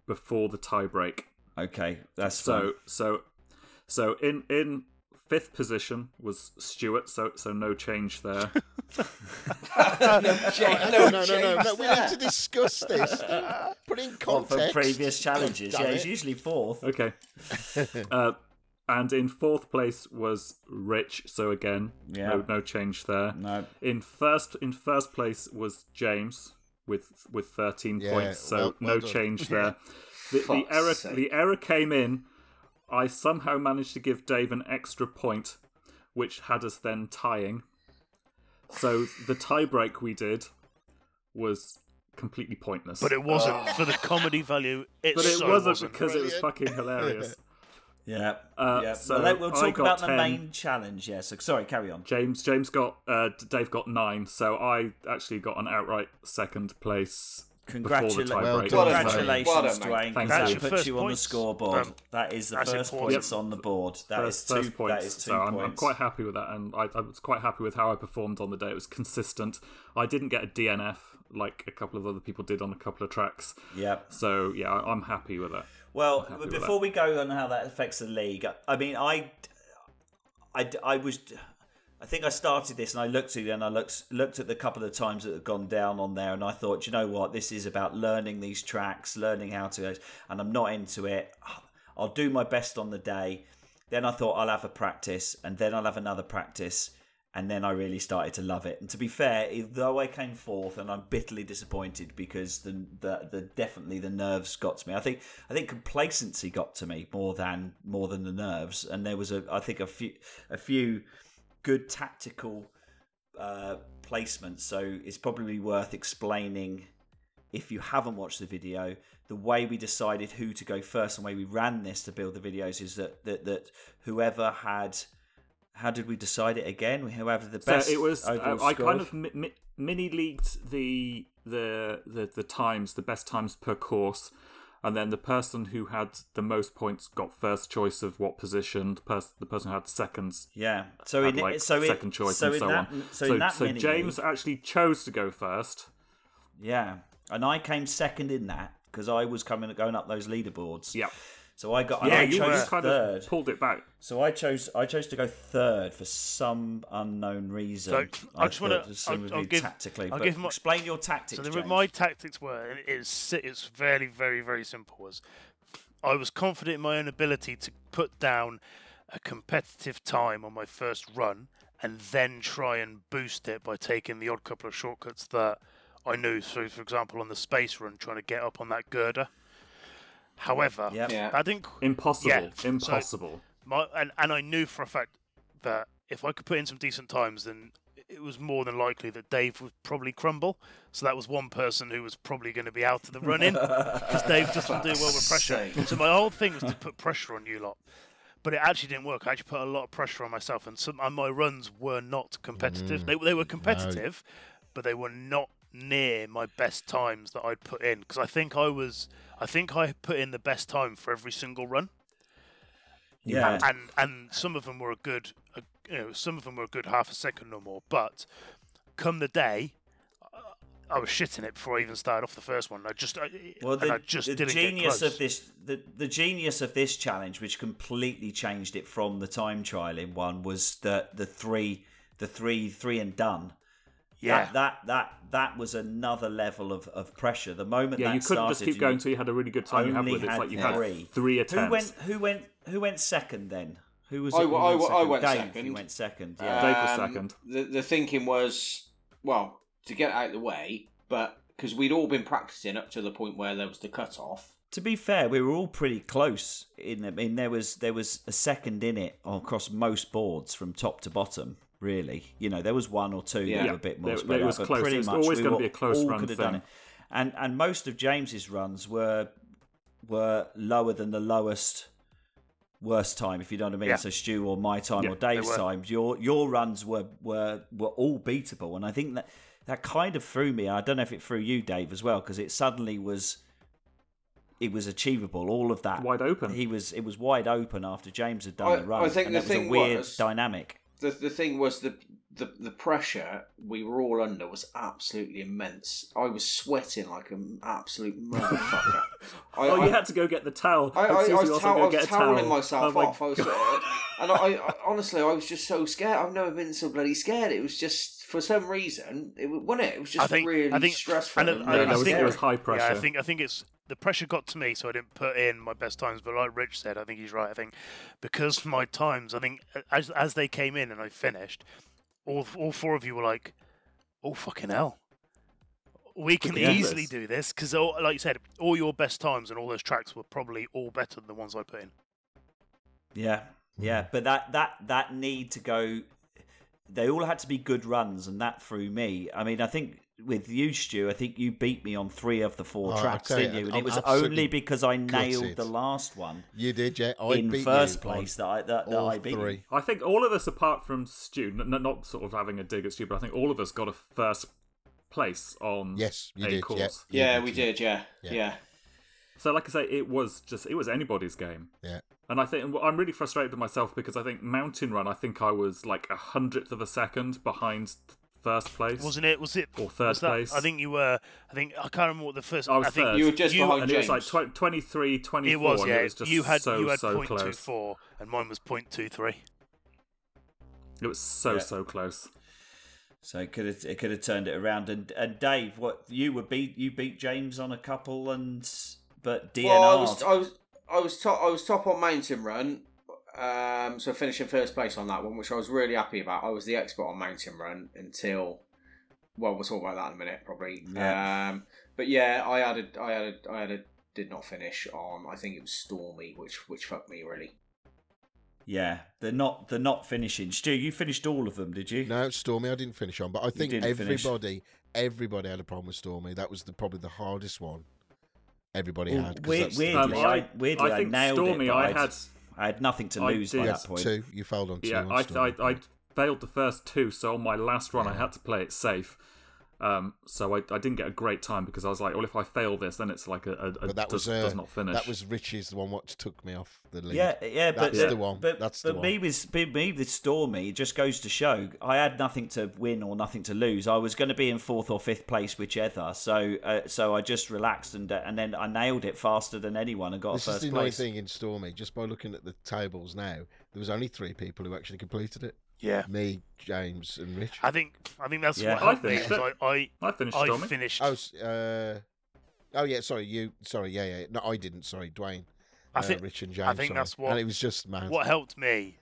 before the tiebreak.
Okay, that's
So
so.
so so in in fifth position was Stuart. So so no change
[laughs]
there.
No, no, no, no, no. We need to discuss this. Put in
From
context.
previous challenges,
God
yeah,
damn
he's
it.
usually fourth. [laughs]
Okay. uh, and in fourth place was Rich. So again,
Yeah.
no, no change there.
No.
In first, in first place was James with with thirteen
Yeah,
points. So
well- well
no
done. [laughs]
change there. The, the
Fuck's
error,
sake.
the error came in. I somehow managed to give Dave an extra point, which had us then tying. So the tiebreak we did was completely pointless.
But it wasn't for the comedy value. It
But it
so
wasn't because it was
Brilliant.
fucking
[laughs]
hilarious.
Yeah.
Uh,
yeah.
so
Well, let- we'll
I
talk
got
about the
10.
main challenge. Yeah. So sorry, carry on.
James James got uh, D- Dave got nine, so I actually got an outright second place before
Congratula-
the tiebreak.
Well done,
So-
mate.
Congratulations,
Well done, mate.
Dwayne.
Thank
that
you.
puts
First
you on the
points.
scoreboard.
Um,
that is the
that's
first
important.
points on the board. That is
First,
two.
first points.
That is two
so I'm, I'm
points.
quite happy with that, and I, I was quite happy with how I performed on the day. It was consistent. I didn't get a DNF like a couple of other people did on a couple of tracks.
Yeah.
So yeah, I- I'm happy with that.
Well,
happy
but
with
before
that.
we go on how that affects the league, I mean, I, I, I was, I think I started this and I looked at it and I looked looked at the couple of times that had gone down on there and I thought, "Do you know what, this is about learning these tracks, learning how to, and I'm not into it. I'll do my best on the day. Then I thought I'll have a practice and then I'll have another practice. And then I really started to love it. And to be fair, e, though I came fourth, and I'm bitterly disappointed because the, the the definitely the nerves got to me. I think I think complacency got to me more than more than the nerves. And there was a I think a few a few good tactical uh, placements. So it's probably worth explaining if you haven't watched the video, the way we decided who to go first and way we ran this to build the videos is that that, that whoever had how did we decide it again? Whoever the best
so it was. uh,
overall
I, I
scored.
kind of mi- mi- mini leaked the, the the the times, the best times per course, and then the person who had the most points got first choice of what position. The, pers- the person who had seconds
yeah. So
had
in
like
so in-
second choice
so
and
in
so
that,
on.
So, in that
so
mini
James
league-
actually chose to go first.
yeah, and I came second in that because I was coming going up those leaderboards.
Yep.
So I got and
Yeah,
I
you, you
chose
kind
third.
of pulled it back.
So I chose I chose to go third for some unknown reason.
So, I just
thought
wanna-
this would
I'll- I'll
be
give-
tactically.
I'll
but
give my-
explain your tactics.
So the,
James.
my tactics were, and it's it's very very very simple. Was I was confident in my own ability to put down a competitive time on my first run, and then try and boost it by taking the odd couple of shortcuts that I knew. So, for example, on the space run, trying to get up on that girder. However,
Yep.
Yeah.
I didn't.
Impossible.
Yeah, so-
Impossible.
My, and, and I knew for a fact that if I could put in some decent times, then it was more than likely that Dave would probably crumble. So that was one person who was probably going to be out of the running because
[laughs]
Dave doesn't do well with pressure.
Fuck's sake.
So my whole thing was to put pressure on you lot. But it actually didn't work. I actually put a lot of pressure on myself, and some and my runs were not competitive.
Mm.
they, they were competitive, but they were not near my best times that I'd put in because I think I was, I think I put in the best time for every single run
yeah.
and and some of them were a good, a, you know, some of them were a good half a second or more. But come the day, I was shitting it before I even started off the first one. I just, I,
Well, the,
and I just
the
didn't
genius
get close.
of this, the, the genius of this challenge, which completely changed it from the time trialing one, was that the three, the three, three and done.
yeah,
That that that, that was another level of, of pressure. The moment
Yeah,
that
you couldn't
started,
just keep
you
going until you had a really good time. You had
only
with it. It's like you
three.
had three attempts.
Who went? Who went? Who went second then? Who was?
I
it who
w- I w- I
went
went
second? Dave,
second. Uh,
You went second. Yeah.
Dave was second.
um, The, the thinking was, well, to get out of the way, but because we'd all been practicing up to the point where there was the cut off.
to be fair, we were all pretty close. In I mean, there was there was a second in it across most boards from top to bottom. Really, you know, there was one or two that
Yeah.
were a bit more
There-
spread
there
out,
was
but
close.
pretty
It's
much
always
we
gonna
were-
be a close
all
run
could have done
thing.
it. And and most of James's runs were were lower than the lowest worst time, if you know what I mean.
Yeah.
So Stu or my time
Yeah,
or
they
Dave's
were.
times, your your runs were were were all beatable, and I think that that kind of threw me. I don't know if it threw you, Dave, as well, because it suddenly was it was achievable. All of that
Wide open.
He was it was wide open after James had done
I-
the run.
I think
and
the
that was a
thing
weird
was-
dynamic.
the the thing was the the the pressure we were all under was absolutely immense. I was sweating like an absolute
[laughs]
motherfucker. I,
Oh,
I,
you had to go get the towel.
I, I,
And
I,
Susie
was
also
towel,
go
I was
get a
toweling
towel.
myself
Oh my
off. I was,
God.
and I,
[laughs]
I honestly, I was just so scared. I've never been so bloody scared. It was just for some reason it wa- wasn't it. It was just
I think
really
I think
stressful.
and I-
and
Yeah,
I,
really
there was-
think
there was
scary.
high
Yeah, I
pressure.
think I think it's the pressure got to me, so I didn't put in my best times. But like Rich said, I think he's right. I think because my times, I think as as they came in and I finished, all all four of you were like, "Oh fucking hell." We can
Yeah.
easily do this because, like you said, all your best times and all those tracks were probably all better than the ones I put in.
Yeah, yeah, but that that that need to go. They all had to be good runs, and that threw me. I mean, I think with you, Stu, I think you beat me on three of the four
Oh, I
tracks,
tell you,
didn't you? And
I'm
it was
absolutely
only because I nailed
gutted.
the last one
You did, yeah. I
in
beat
first
you
place that
on
I that, that
all
I beat. you.
three.
I think all of us, apart from Stu, n- n- not sort of having a dig at Stu, but I think all of us got a first place on
Yes, you
a
did.
course.
Yeah, you
Yeah, we
you
did. Yeah,
Yeah.
yeah.
So, like I say, it was just it was anybody's game,
Yeah.
and I think I'm really frustrated with myself because I think Mountain Run, I think I was like a hundredth of a second behind th- first place.
Wasn't it? Was it?
Or third
was that-
place.
I think you were. I think I can't remember what the first.
I was
think
third.
You were just
you-
behind
and it was like
James.
tw- 23, 24,
It was,
and
yeah.
it was just
you had
so
you had
so
point two
close.
four, and mine was point two three.
It was so
Yeah.
so close.
So it could have it could have turned it around. And and Dave, what you were beat you beat James on a couple, and but DNR.
Well, I was, I was, I was top, I was top on mountain run. Um, so finishing first place on that one, which I was really happy about. I was the expert on mountain run until, well, we'll talk about that in a minute, probably.
Yeah.
Um, but yeah, I had a, I had a, I had a, did not finish on. I think it was stormy, which which fucked me really.
yeah, they're not they're not finishing. Stu, you finished all of them, did you?
No, Stormy, I didn't finish on, but I think
didn't finish.
everybody, everybody had a problem with Stormy. That was the probably the hardest one everybody
Well,
had. 'cause
weird-
that's the
weirdly,
Um,
biggest-
I- weirdly, I
think
nailed it,
Stormy,
but
I
I'd-
had
I had nothing to
I
lose
did.
by
you
that
had
point.
two. You failed on two.
yeah.
on
I, I
Stormy.
I failed the first two, so on my last run, I had to play it safe. Um, so I, I didn't get a great time because I was like, well, if I fail this, then it's like a, a, a
but that
does,
was uh,
does not finish.
That was Richie's the one what took me off the lead.
Yeah, yeah, but
That's
but-
the one.
But,
That's
but
the one.
me with but me with Stormy it just goes to show I had nothing to win or nothing to lose. I was going to be in fourth or fifth place, whichever. So uh, so I just relaxed and uh, and then I nailed it faster than anyone and got
this
a
is
first
the annoying
place.
thing in Stormy. Just by looking at the tables now, there was only three people who actually completed it:
Yeah.
me, James, and Rich.
I think I think that's
Yeah.
what
I
helped me.
finished
is I I,
I finished
I
Stormy.
finished.
Oh, s- uh, oh yeah. Sorry, you. Sorry, yeah, yeah. No, I didn't. Sorry, Dwayne.
I
uh,
think-
Rich and James.
I think
sorry.
that's what-
And it was just mad.
What helped me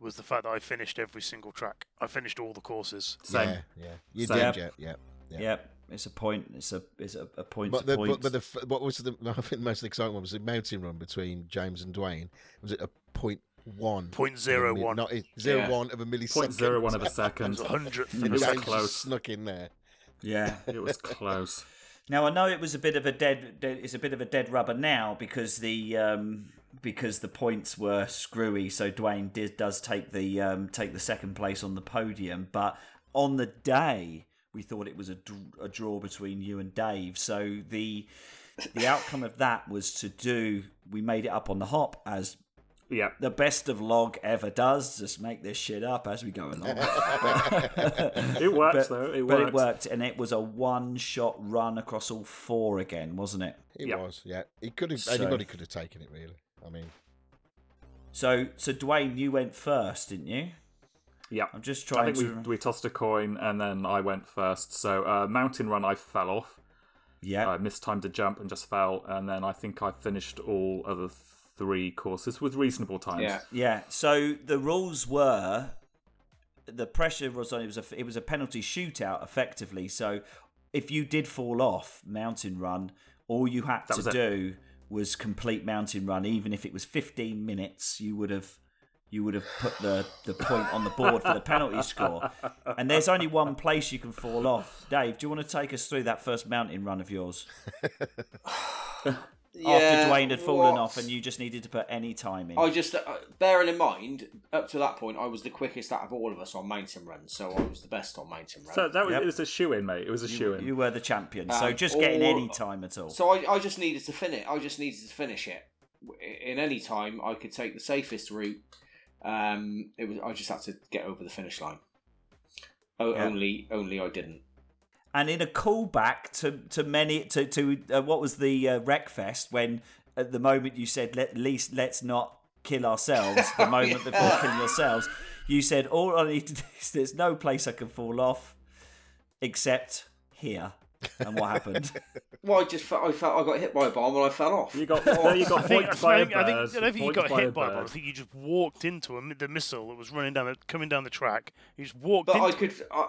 was the fact that I finished every single track. I finished all the courses.
Same.
Yeah, yeah. You
Same.
did, yeah, yeah. yeah.
Yep, it's a point. It's a it's a, a point.
But
to
the,
points.
but, but the f- what was the [laughs] I think the most exciting one was the mountain run between James and Dwayne. Was it a point one?
Point zero one.
Not a- zero
Yeah.
one of a millisecond.
Point zero one of a
It [laughs]
second.
was a hundredth of
James
a
was
just
second.
close.
snuck in there.
yeah.
[laughs]
it was close.
Now I know it was a bit of a dead, dead it's a bit of a dead rubber now because the um, because the points were screwy, so Dwayne did, does take the um, take the second place on the podium. But on the day, we thought it was a, dr- a draw between you and Dave. So the the outcome of that was to do we made it up on the hop as
[laughs]
Yeah.
the best of log ever does. Just make this shit up as we go along.
It worked
but,
though. It
but
worked.
it worked, and it was a one-shot run across all four again, wasn't it?
It
Yeah.
was, yeah. It could have
So-
anybody could have taken it really. I mean,
So, so Dwayne, you went first, didn't you?
Yeah.
I'm just
I
trying
think we,
to.
we tossed a coin and then I went first. So uh, mountain run, I fell off.
yeah,
I mistimed a jump and just fell. And then I think I finished all other three courses with reasonable times.
Yeah.
yeah. So the rules were the pressure was on. It was a it was a penalty shootout effectively. So if you did fall off mountain run, all you had
That
to
was it.
do was complete mountain run. Even if it was 15 minutes, you would have you would have put the the point on the board for the penalty score. And there's only one place you can fall off. Dave, do you want to take us through that first mountain run of yours? after Dwayne had fallen
what?
off and you just needed to put any time in.
I just uh, bearing in mind up to that point, I was the quickest out of all of us on mountain runs, so I was the best on mountain runs.
So that was
Yep.
it was a shoe in, mate. It was a shoe in.
you were the champion, so
Um,
just getting
or-
any time at all.
So I, I just needed to finish. I just needed to finish it W- in any time. I could take the safest route. Um, it was. I just had to get over the finish line. Oh,
Yeah.
only, only I didn't.
and in a callback to to many to to uh, what was the uh, wreck fest when at the moment you said let at least let's not kill ourselves
[laughs]
the moment before killing yourselves you said all I need to do is there's no place I can fall off except here and what
[laughs]
happened
Well, I just felt, I felt I got hit by a bomb and I fell off.
You got no, you got
I think, I,
point by a
think, I, think,
bird.
I don't think you
point
got hit by a
bird.
bomb. I think you just walked into a, mi- the missile that was running down, the, coming down the track. You just walked
but
into
I could, I,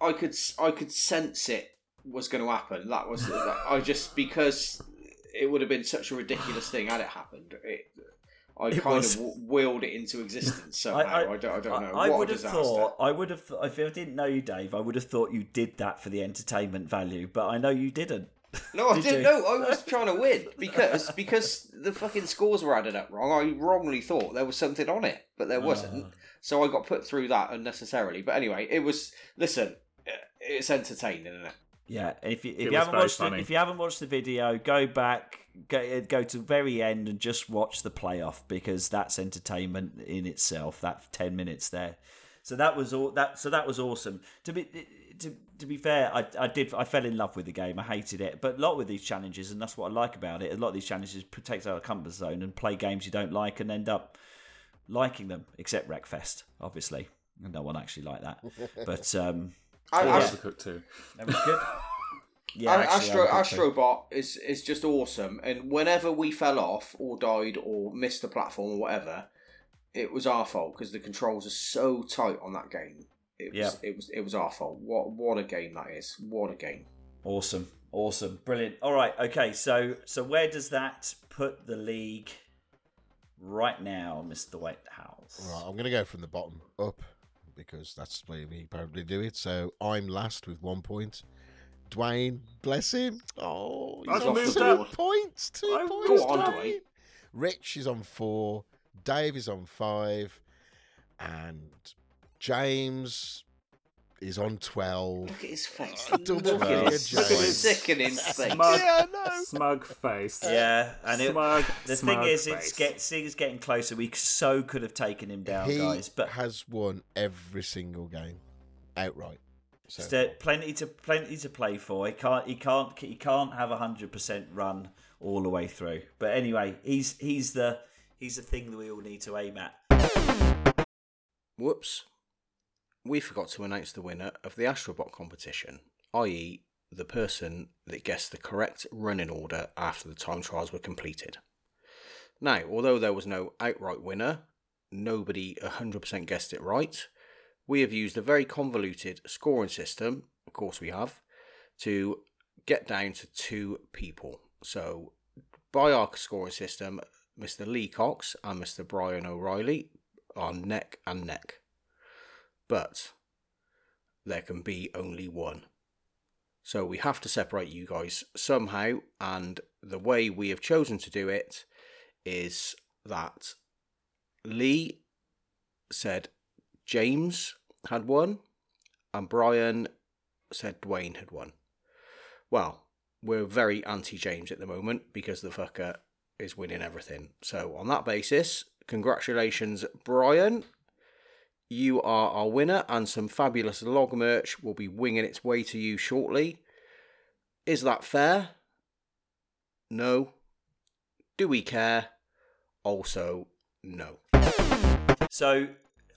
I could, s- I could sense it was going to happen. That
[laughs]
was, that- I just because it would have been such a ridiculous thing had it happened. It, I
It
kind
was.
of w- willed it into existence somehow. I, don't, I don't know.
I
what
would
a
have
disaster.
thought. I would have. If I didn't know you, Dave, I would have thought you did that for the entertainment value. But I know you didn't.
No,
[laughs]
I
Did
didn't
you?
know. I was trying to win because because the fucking scores were added up wrong. I wrongly thought there was something on it, but there wasn't.
Ah.
So I got put through that unnecessarily. But anyway, it was. Listen, it's entertaining, isn't it?
Yeah, if you, if
It
you
was
haven't
very
watched
funny.
it, if you haven't watched the video, go back, go, eh, go to the very end, and just watch the playoff because that's entertainment in itself. That ten minutes there, so that was all that. So that was awesome. To be eh, to, to be fair, I, I did I fell in love with the game. I hated it, but a lot with these challenges, and that's what I like about it. A lot of these challenges protect our comfort zone and play games you don't like and end up liking them, except Wreckfest, obviously. And no one actually liked
[laughs]
that, but um,
I,
Or
Yeah.
Ah.
Ast-
Overcooked too.
that was good. Yeah,
A-
actually, I would
Astro
think
Astrobot is is just awesome, and whenever we fell off or died or missed the platform or whatever, it was our fault because the controls are so tight on that game. It was it was it was our fault. What what a game that is! What a game!
so. Awesome, awesome, brilliant. All right, okay. So, so where does that put the league right now, Mister Whitehouse?
Right, I'm going to go from the bottom up because that's the way we probably do it. So I'm last with one point. Dwayne, bless him. Oh, he's
I've
on
moved
two
up.
points. 2
I've
points.
moved up.
Dwayne. Rich is on four. Dave is on five, and James is on twelve.
Look at his face.
I don't
Look
know.
at his
Look at his-
sickening face.
Smug,
Yeah, I know.
smug face.
Yeah, and it,
uh, smug,
the
smug
thing is,
face.
it's get, seeing it's getting closer. We so could have taken him down,
he
guys, but
has won every single game outright. So
There's uh, plenty to plenty to play for. He can't he can't he can't have a hundred percent run all the way through. But anyway, he's he's the he's the thing that we all need to aim at.
Whoops. We forgot to announce the winner of the Astrobot competition, i.e., the person that guessed the correct running order after the time trials were completed. Now, although there was no outright winner, nobody 100% guessed it right, we have used a very convoluted scoring system, of course we have, to get down to two people. So, by our scoring system, Mr. Lee Cox and Mr. Brian O'Reilly are neck and neck. But there can be only one. So we have to separate you guys somehow, and the way we have chosen to do it is that Lee said James had won, and Brian said Dwayne had won. Well, we're very anti James at the moment because the fucker is winning everything. So, on that basis, congratulations, Brian. You are our winner, and some fabulous log merch will be winging its way to you shortly. Is that fair? No. Do we care? Also, no.
So,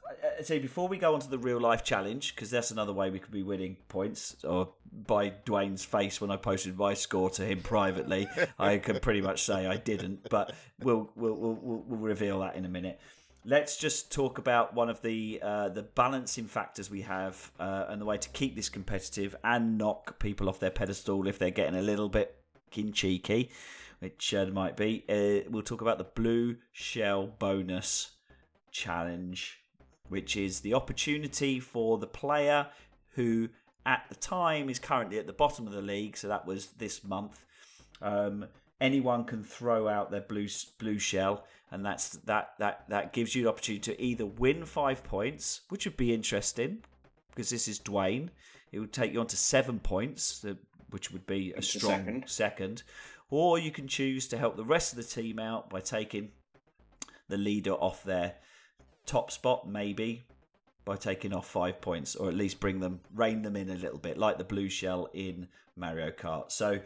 I- I say before we go on to the real life challenge, because that's another way we could be winning points, or by Dwayne's face when I posted my score to him privately, I can pretty much say I didn't, but we'll we'll we'll, we'll we'll reveal that in a minute. Let's just talk about one of the uh, the balancing factors we have uh, and the way to keep this competitive and knock people off their pedestal if they're getting a little bit fucking cheeky, which uh, might be. Uh, we'll talk about the blue shell bonus challenge, which is the opportunity for the player who at the time is currently at the bottom of the league, so that was this month, um, anyone can throw out their blue s- blue shell, and that's that that that gives you the opportunity to either win five points, which would be interesting because this is Dwayne. It would take you on to seven points, the- which would be a
It's the
strong
second.
second, or you can choose to help the rest of the team out by taking the leader off their top spot, maybe by taking off five points, or at least bring them, rein them in a little bit, like the blue shell in Mario Kart. So,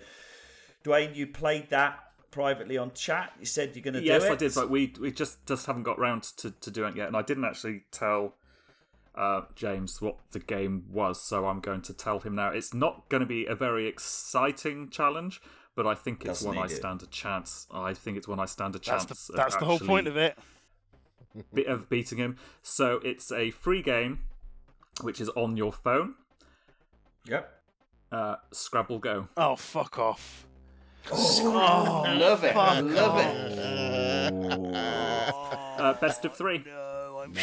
Dwayne, you played that privately on chat. You said you're going to
yes,
do it.
I did, but we we just just haven't got round to to doing it yet, and I didn't actually tell uh, James what the game was, so I'm going to tell him now. It's not going to be a very exciting challenge, but I think it's
Doesn't
one I
need it.
stand a chance. I think it's one I stand a
That's
chance.
the that's the whole point of it.
be- of beating him. So it's a free game, which is on your phone.
Yep.
Uh, Scrabble Go.
Oh fuck off! Oh,
love it. Oh, love it.
Oh.
Uh, best of
[laughs]
three.
No, Oh, I'm
What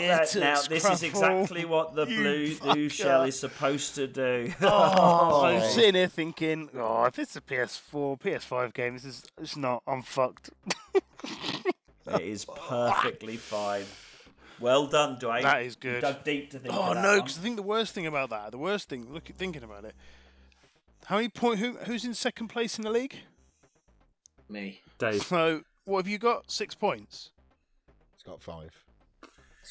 shit
that-
at
now, this is
Scrabble. [laughs]
exactly what the
You
blue, blue
fucker.
shell is supposed to do.
[laughs] Oh, I'm sitting here thinking, oh, if it's a PS4, PS5 game, this is it's not. I'm fucked.
it is perfectly fine. Well done, Dwayne.
That is good.
Dug deep to think.
Oh
of that
no!
one.
Because I think the worst thing about that, the worst thing, look at thinking about it. How many point? Who who's in second place in the league?
Me.
Dave,
So what have you got? Six points.
It's got five.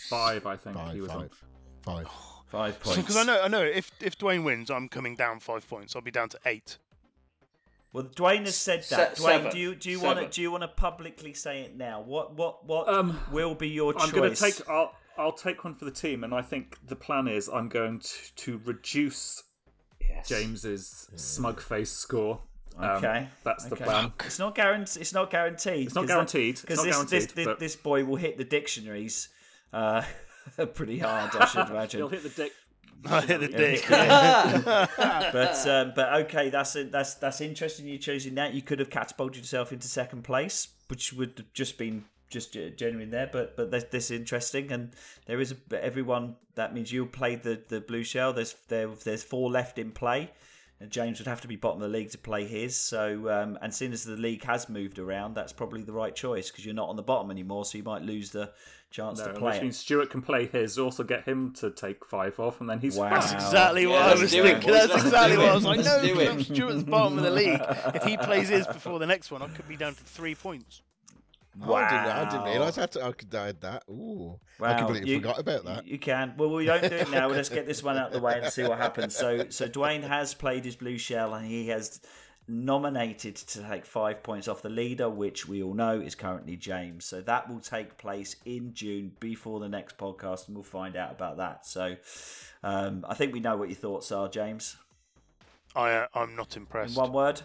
five, I think
Five,
he was on.
five, five.
[laughs]
five points.
Because I know, I know. If if Dwayne wins, I'm coming down five points. I'll be down to [laughs] eight.
Well, Dwayne has said
Se-
that. Dwayne,
seven.
do you do you want to
Seven.
do you want to publicly say it now? What what what
Um,
will be your
I'm going
choice?
to take. I'll, I'll take one for the team, and I think the plan is I'm going to, to reduce
Yes.
James's smug face score. Um,
Okay,
that's the
okay. [laughs]
plan.
It's not guaranteed. It's not guaranteed.
It's not guaranteed. It's
Because
not
this, this,
guaranteed,
this,
but-
this boy will hit the dictionaries uh, [laughs] pretty hard, I
[laughs]
should
He'll
imagine.
hit the dick.
[laughs] I hit the dick.
[laughs] but um, but okay, that's it. that's that's interesting. You're choosing that. You could have catapulted yourself into second place, which would have just been just ge- genuine there. But but this, this is interesting, and there is a, but everyone. That means you played the the blue shell. There's there there's four left in play. And James would have to be bottom of the league to play his. So, um, and seeing as the league has moved around, that's probably the right choice because you're not on the bottom anymore, so you might lose the chance
No,
to play.
which
it.
means Stuart can play his, also get him to take five off, and then he's
Wow.
fine. [laughs]
That's exactly
Yeah,
what I
let's
was
do it,
thinking.
boys,
That's
let's
exactly
do
what I
it.
was like.
Let's
No,
do
because
it.
I'm Stuart's bottom of the league. If
[laughs]
he plays his before the next one, I could be down to three points.
Oh, I didn't, I didn't
Wow.
realise I, had to- I could I had that. Ooh, I
Wow,
completely
you-
forgot about that.
You can. Well, we don't do it now. Let's get this one out of the way and see what happens. So, so Dwayne has played his blue shell and he has nominated to take five points off the leader, which we all know is currently James. So that will take place in June before the next podcast, and we'll find out about that. So, um, I think we know what your thoughts are, James.
I uh, I'm not
In
impressed.
one word,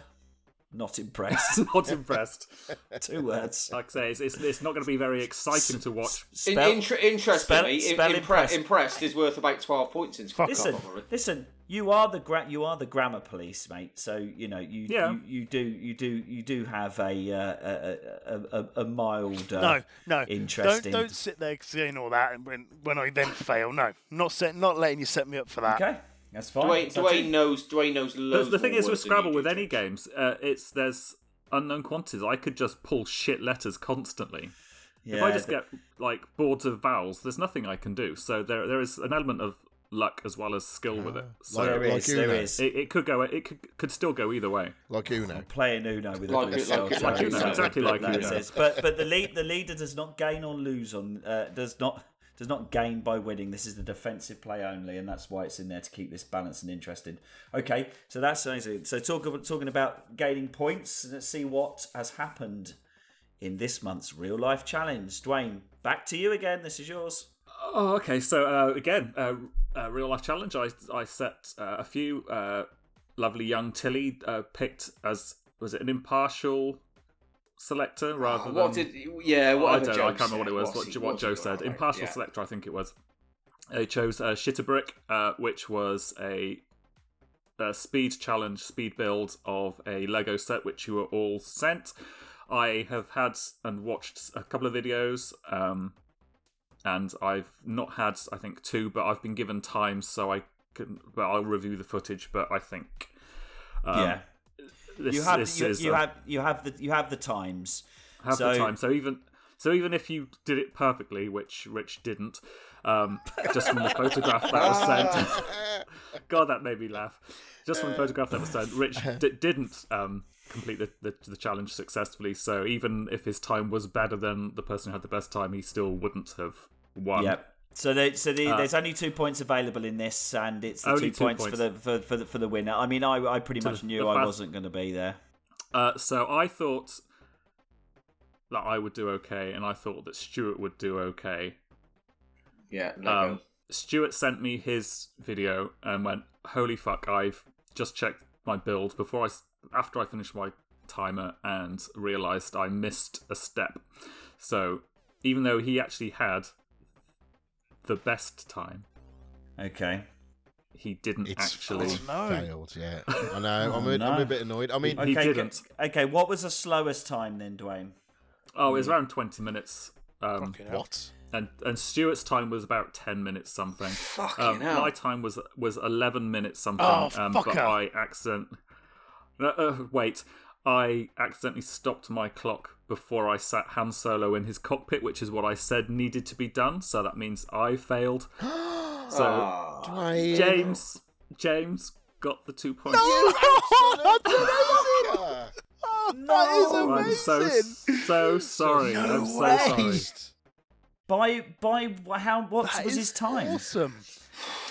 not impressed. [laughs]
Not impressed.
Two words.
Like I say, it's, it's, it's not going to be very exciting to watch.
In,
Spell-
intre-
spell-
interestingly, im-
spell
impre-
impressed.
impressed. is worth about twelve points in Scrabble.
Listen,
probably.
listen. You are the gra- you are the grammar police, mate. So you know you
Yeah.
you, you do you do you do have a uh, a, a, a, a mild uh,
No, no.
interest
Don't
in-
don't sit there saying all that and when when I then fail. No, not set, not letting you set me up for that.
Okay, that's fine.
Dwayne,
So
Dwayne knows. Dwayne knows. Loads
But the thing
more
is with
words than
Scrabble,
you
with
do,
any
James.
games, uh, it's there's unknown quantities. I could just pull shit letters constantly. if I
yeah,
just
th-
get like boards of vowels, there's nothing I can do. So there there is an element of luck as well as skill with it. So
there
Like
is there
Uno.
is
it, it could go. It could could still go either way.
Like
[laughs]
Uno.
playing Uno with
Like-
a blue shell.
like-
so-
like Uno,
so-
exactly like
that
Uno.
says- But but the lead the leader does not gain or lose on uh, does not does not gain by winning. This is the defensive play only, and that's why it's in there to keep this balanced and interesting. Okay, so that's amazing. So talk about, talking about gaining points. Let's see what has happened in this month's real life challenge. Dwayne, back to you again. This is yours.
Oh, okay. So uh, again, uh, uh, real life challenge. I I set uh, a few. Uh, lovely young Tilly uh, picked as was it an impartial selector rather than
What did? Yeah,
I
whatever
don't.
Joe
know, I can't remember what it was.
said. What's
What,
he-
Jo-
what's
what
he
Joe
got
said.
right,
Impartial
yeah.
selector, I think it was. They chose uh, Shitterbrick, uh, which was a, a speed challenge, speed build of a Lego set, which you were all sent. I have had and watched a couple of videos, um, and I've not had, I think, two, but I've been given time, so I can. But I'll review the footage. But I think
yeah.
This,
you have
this
you,
is
you
a-
have you have the you have the times.
half
so-
the time. So even so, even if you did it perfectly, which Rich didn't, um, just from the photograph that
[laughs]
was sent. [laughs] God, that made me laugh. Just from the photograph that was sent, Rich d- didn't um, complete the, the the challenge successfully. So even if his time was better than the person who had the best time, he still wouldn't have won.
Yep. So, they, so the, there's only two points available in this, and it's the two,
Only two
points,
points.
for the for, for the for the winner. I mean, I I pretty
So
much
the-
knew
the
I
fast-
wasn't going to be there.
Uh, so I thought that I would do okay, and I thought that Stuart would do okay.
Yeah, no
Um,
go.
Stuart sent me his video and went, "Holy fuck! I've just checked my build before I s- after I finished my timer and realised I missed a step." So even though he actually had the best time,
Okay.
he didn't
It's,
actually.
it's
no.
failed, yeah. I know. I'm, a,
no.
I'm a bit annoyed. I mean,
He
okay,
didn't.
g- Okay. What was the slowest time then, Dwayne?
Oh, it was around twenty minutes. Um,
Fucking hell.
what?
and and Stuart's time was about ten minutes something.
Fucking
um,
hell.
My time was was eleven minutes something.
Oh,
um, But
fucker.
I accident. No, uh, wait, I accidentally stopped my clock before I sat Han Solo in his cockpit, which is what I said needed to be done. So that means I
[gasps]
failed. so
Ah,
Dwayne.
James, James got the two points.
That's amazing.
[laughs]
No.
I'm so so sorry. I'm so sorry.
Christ.
By by wh- how what
That
was
is
his time?
Awesome.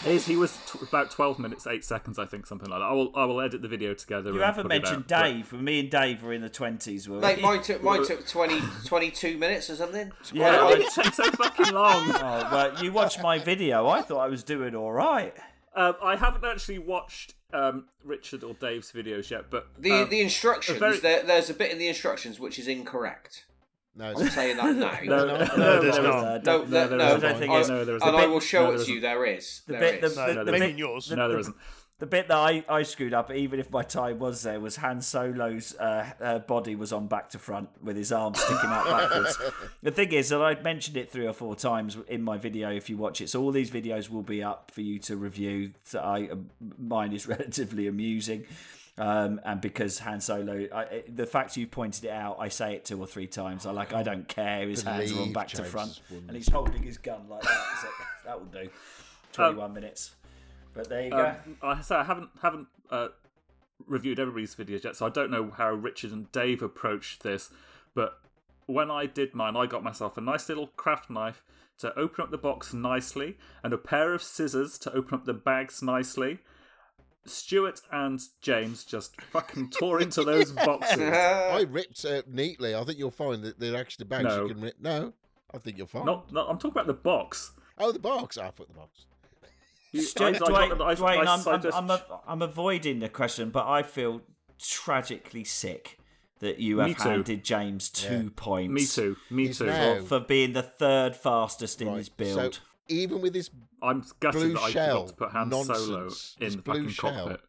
Is he was t- about twelve minutes eight seconds, I think, something like that. I will I will edit the video together.
You
and
haven't
put it
mentioned
out, but-
Dave. but Me and Dave were in the twenties. Were
mate,
we?
mine took mine took 20, 22 minutes or something.
Yeah,
Why
I-
did it take so fucking
[laughs]
long?
Oh, well, you watched my video. I thought I was doing all right.
Um, I haven't actually watched um, Richard or Dave's videos yet, but
The
um,
the instructions
very-
there, there's a bit in the instructions which is incorrect.
No,
[laughs]
[laughs] I'm saying that now.
no,
no,
no,
No,
[laughs] no,
there's
there
not.
isn't.
No,
there-
there
no,
isn't.
I don't think
I-
it's-
no, there
and
isn't.
I
The
will
bit-
show
no,
it
there
to you.
isn't.
There is.
The
There
bit, the,
is.
is.
No,
the,
no,
the
there
bit-
isn't. Yours.
No,
[laughs]
there isn't.
the bit that I, I screwed up, even if my time was there, was Han Solo's uh, uh, body was on back to front with his arm sticking out
[laughs]
backwards. The thing is that I'd mentioned it three or four times in my video. If you watch it, so all these videos will be up for you to review. So I um, mine is [laughs] relatively amusing. Um, and because Han Solo, I, it- the fact you pointed it out, I say it two or three times. I like, I don't care. His hands are on
Believe
back to
James
front,
is one-
and he's holding his gun like that. So that will do. Twenty-one minutes. But there you go.
Um, I, so I haven't haven't uh, reviewed everybody's videos yet, so I don't know how Richard and Dave approached this. But when I did mine, I got myself a nice little craft knife to open up the box nicely, and a pair of scissors to open up the bags nicely. Stuart and James just fucking tore into
[laughs]
those boxes.
I ripped uh, neatly. I think you'll find that they're actually bags
No.
you can rip. No, I think you'll find.
Not, not, I'm talking about the box.
Oh, the box. I put the box.
You-
Dwayne,
I- I got- I- I-
Dwayne,
I
I'm,
suggest-
I'm, I'm, a, I'm avoiding the question, but I feel tragically sick that you have
Me too.
handed James two points.
Me too. Me
He's
too.
now-
For being the third fastest in
Right.
his
So
build.
even with this,
I'm gutted
Blue
that I
shell
forgot to put Han Solo
nonsense.
in
It's
the
blue
fucking
shell.
cockpit.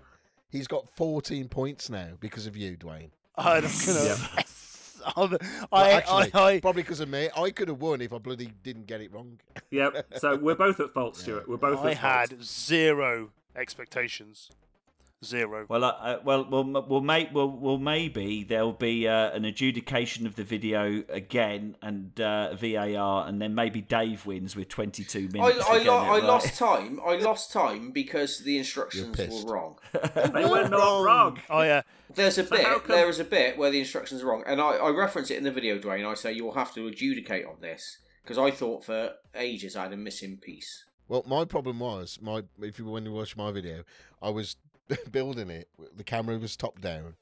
he's got 14 points now because of you, Dwayne.
I'm gonna. [laughs] I'm-
Well,
I,
actually,
I, I,
probably because of me. I could have won if I bloody didn't get it wrong.
Yep. So we're both at fault, Stuart. We're both
I
at fault.
had zero expectations. Zero.
Well, uh, uh, well, well, m- well, may, well, well, maybe there'll be uh, an adjudication of the video again and uh, VAR, and then maybe Dave wins with 22
I,
minutes.
I,
to get
lo-
it
I
right.
lost time. I lost time because the instructions
pissed.
were wrong.
They were not
Wrong.
wrong.
I, uh,
There's a bit.
how come-
There is a bit where the instructions are wrong, and I, I reference it in the video, Dwayne. I say you'll have to adjudicate on this because I thought for ages I had a missing piece.
Well, my problem was my if you when you watch my video, I was [laughs] building it. The camera was top down,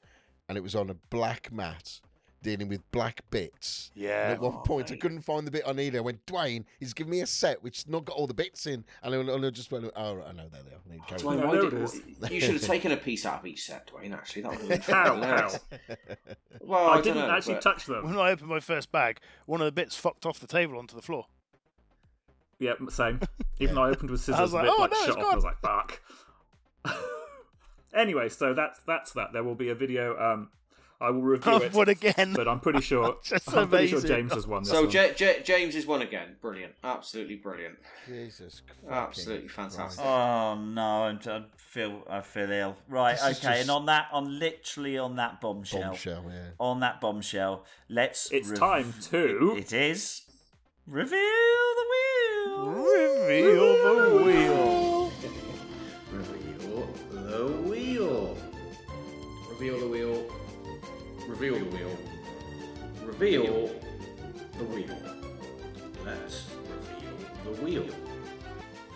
and it was on a black mat, dealing with black bits. And
yeah. Oh,
at one point, I couldn't find the bit I needed. I went, Dwayne, he's given me a set which has not got all the bits in, and I, and I just went, oh, right, I know there they are. I need to carry
Dwayne,
No,
on.
why
there
did,
it is.
[laughs] you should have taken a piece out of each set, Dwayne. Actually, that would have
[laughs]
been
How? How?
Well, Oh, I,
I didn't
dunno,
actually
but-
touch them.
When I opened my first bag, one of the bits fucked off the table onto the floor.
Yep.
[laughs]
Same. Even though I opened with scissors,
I was
a
like,
bit
"Oh,
like
no,
shut
it's
off. I was like, [laughs] fuck. anyway, so that's that's that. There will be a video. Um, I will review
I've
it.
won again.
But I'm pretty
[laughs]
sure.
Just
I'm pretty sure
amazing.
James has won this
So
one.
J- J- James is one again. Brilliant. Absolutely brilliant.
Jesus. fucking
Absolutely fantastic.
Oh no, I'm, I feel I feel ill. Right,
This is
okay,
just-
and on that, on literally on that
Oh,
bombshell,
Bombshell, yeah.
on that bombshell, let's.
It's
rev-
time to.
It is reveal the wheel.
Reveal the wheel.
Reveal the wheel. Reveal the wheel. Reveal the wheel. Reveal the wheel. Let's reveal the wheel.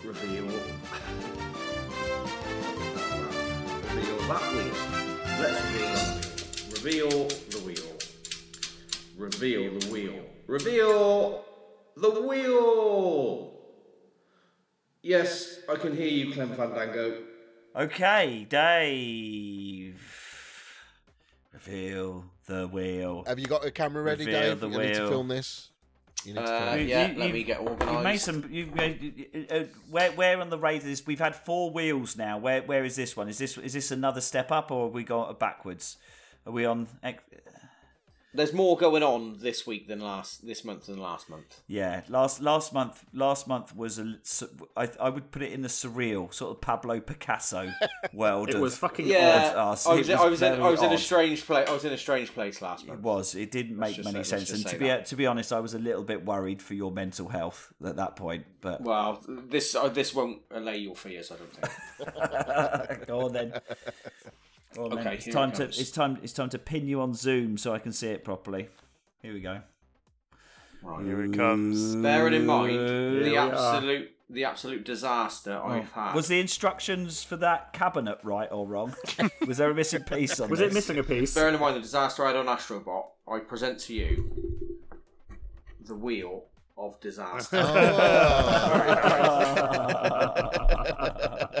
Reveal. Reveal that wheel. Let's reveal. Reveal the wheel. Reveal the wheel. Reveal the wheel. Yes, I can hear you, Clem Fandango.
Okay, Dave. Reveal the wheel.
Uh,
Have you got a camera ready,
Reveal
Dave?
the
You need to
wheel.
film this. You need to film
Uh,
[laughs]
it.
yeah, let
you-
me get
You made
organised.
some. You, you- uh, where, where on the radar is? We've had four wheels now. Where, where is this one? Is this, is this another step up, or have we got backwards? Are we on? ex-
There's more going on this week than last, this month than last month.
Yeah, last last month last month was a. su- I, I would put it in the surreal sort of Pablo Picasso world.
It
of,
was fucking
Yeah,
Odd, us.
I was,
It was
I was in,
very
I was in a
odd.
strange place. I was in a strange place last
It
month.
was. It didn't make
just
many
say- let's
sense.
just
And to
say
be
that.
to be honest, I was a little bit worried for your mental health at that point. But
Well, this uh, this won't allay your fears, I don't
[laughs]
think.
go on then. Go on then.
Okay,
it's
here it
time to
comes.
it's time it's time to pin you on Zoom so I can see it properly. Here we go.
Right.
Here it comes.
Bearing in mind the
we are.
absolute the absolute disaster I've had.
Oh, Was the instructions for that cabinet right or wrong? was there a missing piece on
Was
this?
it missing a piece? [laughs]
Bearing in mind the disaster I had on Astrobot, I present to you the wheel of disaster.
[laughs] Oh,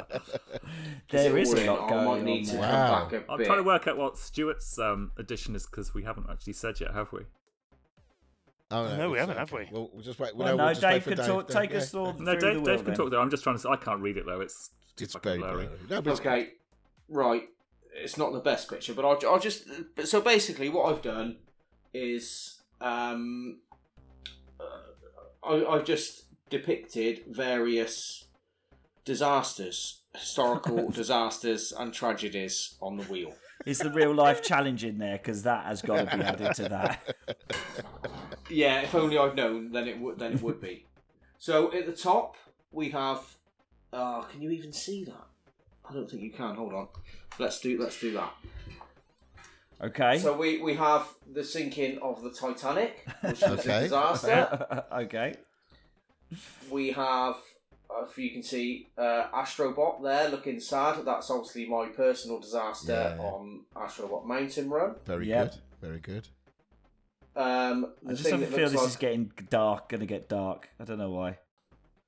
there is a
Warning,
lot
I
going
might
on.
need to
there.
Wow.
come back a
I'm
bit.
trying to work out what Stuart's um, addition is because we haven't actually said yet, have we?
[laughs]
[laughs]
Oh,
No, we
it's
haven't,
okay.
have we?
We'll, we'll just wait. We'll,
Well,
no, we'll
no,
just wait
Dave
for
can
Dave
talk,
then,
take
yeah.
us all
No,
through the
Dave,
wheel
Dave can
then.
talk there. I'm just trying to. I can't read it though. It's too
It's
fucking
very
blurry.
blurry. No, but it's
Okay, right. It's not the best picture, but I'll, I'll just. but So basically, what I've done is um, uh, I, I've just depicted various disasters, historical disasters, and tragedies on the wheel.
Is the real life challenge in there? Because that has got to be added to that.
Yeah, if only I'd known, then it would then it would be. So at the top we have. Uh, can you even see that? I don't think you can. Hold on. Let's do let's do that.
Okay.
So we, we have the sinking of the Titanic, which was
Okay.
[laughs]
a disaster.
okay.
We have, uh, if you can see, uh, Astrobot there looking sad. That's obviously my personal disaster
Yeah.
on Astrobot Mountain Run.
Very
Yeah.
good. Very good. [laughs]
Um,
I
the
just
thing
have a
that
feel
looks
this
like
is getting dark. Going to get dark. I don't know why.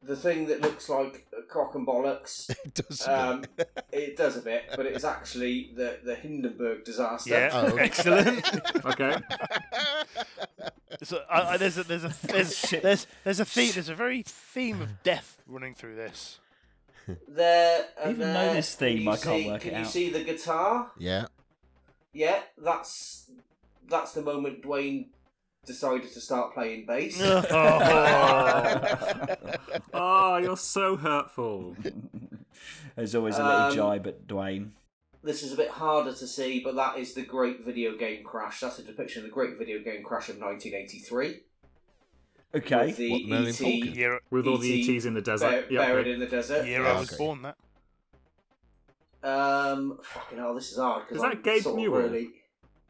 the thing that looks like a cock and bollocks.
It does.
Um, it does a bit, but it's actually the the Hindenburg disaster. [laughs]
Yeah,
Oh, okay.
[laughs]
[laughs]
excellent.
Okay.
so, I I there's a there's a there's, there's there's a theme there's a very theme of death running through this.
There, and
Even though
there,
this
can
theme,
you
I can't
see-
work
Can
it
you
out.
see the guitar?
[laughs]
yeah. [laughs]
Yeah, that's that's the moment Dwayne decided to start playing bass.
[laughs]
oh, you're so hurtful.
There's always a little
Um,
jibe at Dwayne.
this is a bit harder to see, but that is the Great Video Game Crash. That's a depiction of the Great Video Game Crash of 1983.
Okay.
With the
What, Merlin
ET
Falcon?
Year
With all the
E.T.
ETs in the
bur-
desert. Yeah,
buried
okay.
in the desert.
year
Yeah,
I was
okay.
born. That
Um, fucking hell, this is hard. 'cause
Is that
I'm
Gabe
sort of
Newell?
Really...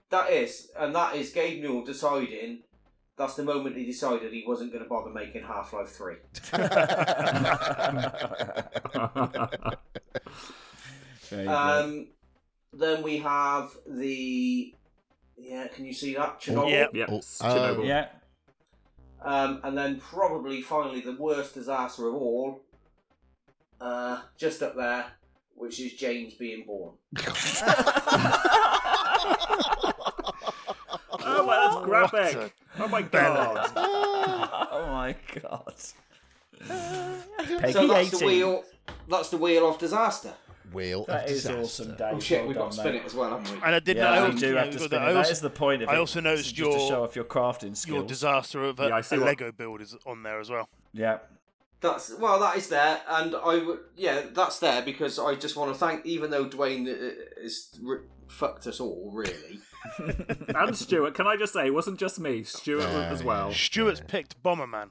That is, and that is Gabe Newell deciding. That's the moment he decided he wasn't going to bother making Half Life Three.
[laughs] Very good.
Um, then we have the yeah. Can you see that Chernobyl?
Yeah.
[laughs] Yep.
Oh,
Chernobyl.
oh.
yeah. [laughs]
Um, and then probably finally the worst disaster of all, uh, just up there, which is James being born.
Oh, well, that's graphic. Oh my god.
Oh my god. Peggy
so that's
18.
the wheel. That's the wheel of disaster.
wheel
That
of
is
disaster.
awesome, Dave.
Oh shit,
well
we've got to
done,
spin
mate.
it as well, haven't we?
And I did
Yeah,
know.
you do have to spin it. that is the point of
I
it.
also noticed
It's
your-
just to show off your crafting skills.
your disaster of a,
Yeah, I see
a
what-
Lego build is on there as well.
Yeah,
That's well, that is there, and I would yeah, that's there because I just want to thank, even though Dwayne uh, is r- fucked us all really.
and Stuart, can I just say, it wasn't just me. Stuart
Yeah,
as
yeah.
well.
Stuart's picked Bomberman.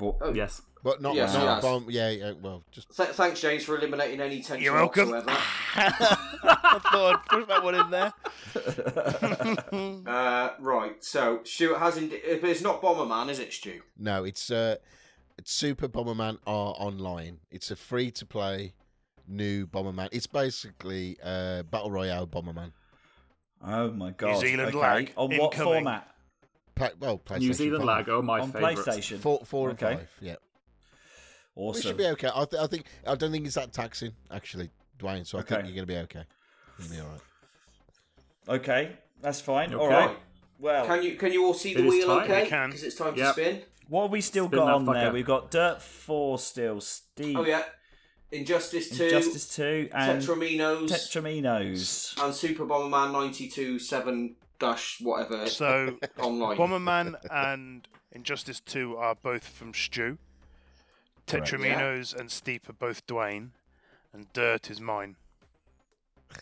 Well, [laughs]
Yes.
But not,
Yes,
not
yes.
bomb. Yeah, yeah, well, just
Th- thanks, James, for eliminating any tension
You're welcome.
whatsoever.
[laughs] I thought I'd push that one in there.
Uh, right, so Stuart has indeed. It's not Bomberman, is it, Stu?
no. It's uh, it's Super Bomberman R Online. It's a free to play new Bomberman. It's basically uh, battle royale Bomberman.
oh my god.
Zealand
okay.
lag
On what
incoming.
format?
Pla- well, PlayStation
New Zealand
5.
lag. Oh, my
on
favourite.
PlayStation.
Four, four
Okay.
and five. Yeah,
Awesome.
we should be okay. I, th- I think I don't think it's that taxing actually, Dwayne. So I
Okay.
think you're going to be okay. You'll be all
[laughs]
right.
Okay, that's fine.
Okay.
All right. Well,
Can you can you all see the
It is
wheel?
time.
Okay,
We can.
because it's time
Yep.
to spin.
what have we still
Spin
got
that
on there?
fucker.
We've got Dirt 4 still, Steve,
Oh yeah, Injustice Two,
Injustice 2, and
Tetraminos,
Tetraminos.
and Super Bomberman ninety two seven dash whatever
So,
online.
Bomberman and Injustice 2 are both from Stu.
Correct.
Tetraminos and Steep are both Dwayne. And Dirt is mine.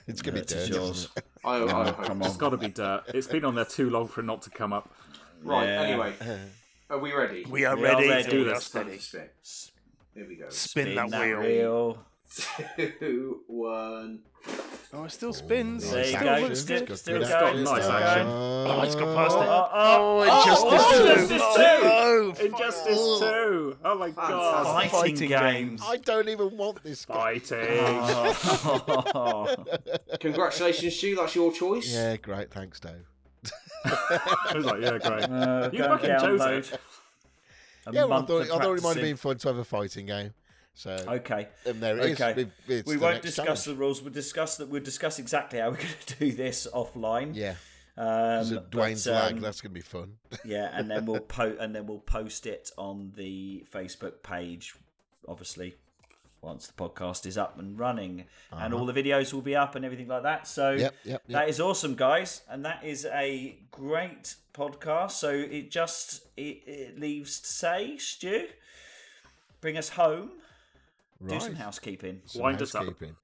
It's going to be
That's
dirty.
yours.
isn't it?
I, I hope.
Come
It's
on.
got to be dirt. It's been on there too long for it not to come up.
Right.
Yeah.
Anyway, are we ready?
We are
We are
ready.
ready.
we
Do
are
It's time to
steady.
spin. There
[laughs]
we go. [laughs]
Spin, that, wheel.
Two, one.
Oh, it still spins.
There
It
you
still
go.
looks
Still-
good.
It's
still
got
going.
nice
Still
action.
going.
Oh, it's gone past it.
Oh, oh, Injustice
Oh, oh,
two.
Injustice
Oh,
two.
no.
Injustice two. Oh my god.
Fighting,
Fighting
games.
I don't even want this guy.
Fighting.
Oh.
Congratulations, Stu. That's your choice.
Yeah, great. Thanks, Dave.
I was like, yeah, great.
Ah. Uh,
You
go and
fucking chose
download. A
Yeah, well, I
month
thought,
of
I thought it might have
practicing.
been fun to have a fighting game. So
Okay.
and there it is.
okay.
We've- it's
we
the
won't
next
discuss
challenge.
the rules. We'll discuss that. We'll discuss exactly how we're going to [laughs] do this offline.
yeah,
Um,
so Dwayne's
but,
lag.
um,
That's going to be fun. [laughs]
yeah, and then we'll po- and then we'll post it on the Facebook page, obviously, once the podcast is up and running, and all the videos will be up and everything like that. So
Uh-huh. Yep, yep, yep.
that is awesome, guys, and that is a great podcast. So it just it, it leaves to say, Stu, bring us home. Do some housekeeping.
Some
Wind us up.
housekeeping.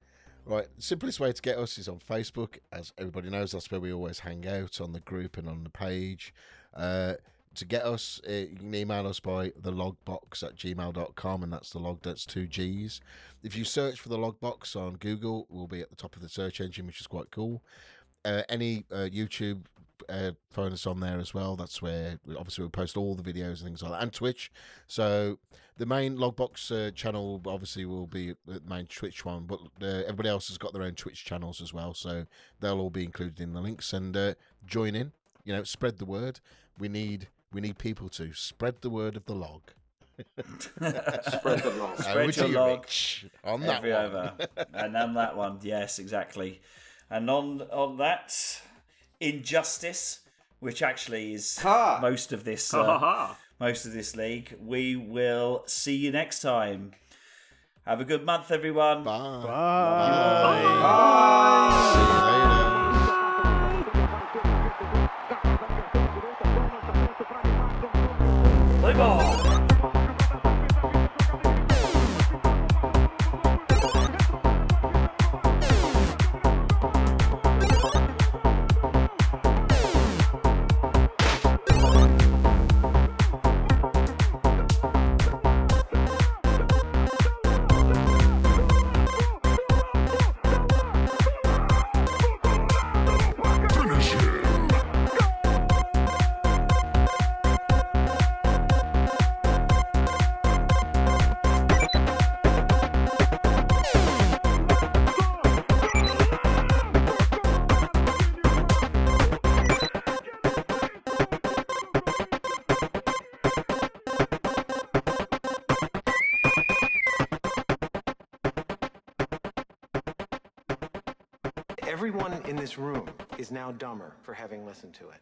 Right, simplest way to get us is on Facebook. As everybody knows, that's where we always hang out on the group and on the page. Uh, to get us, uh, you can email us by thelogbox at gmail.com, and that's the log, that's two G's. If you search for the logbox on Google, we'll be at the top of the search engine, which is quite cool. Uh, any uh, YouTube, uh, find us on there as well. That's where we obviously we'll post all the videos and things like that, and Twitch. So the main Logbox uh, channel obviously will be the main Twitch one, but uh, everybody else has got their own Twitch channels as well, so they'll all be included in the links and uh, join in. You know, spread the word. We need we need people to spread the word of the log.
Spread the
[laughs]
love.
Spread
Over to
your
you,
log
Rich, on that
Every
one.
over. and on that one, yes, exactly. And on on that, injustice, which actually is
Ha!
most of this
Ha ha
uh,
ha.
most of this league. We will see you next time. Have a good month, everyone.
Bye.
Bye.
See you later.
Everyone in this room is now dumber for having listened to it.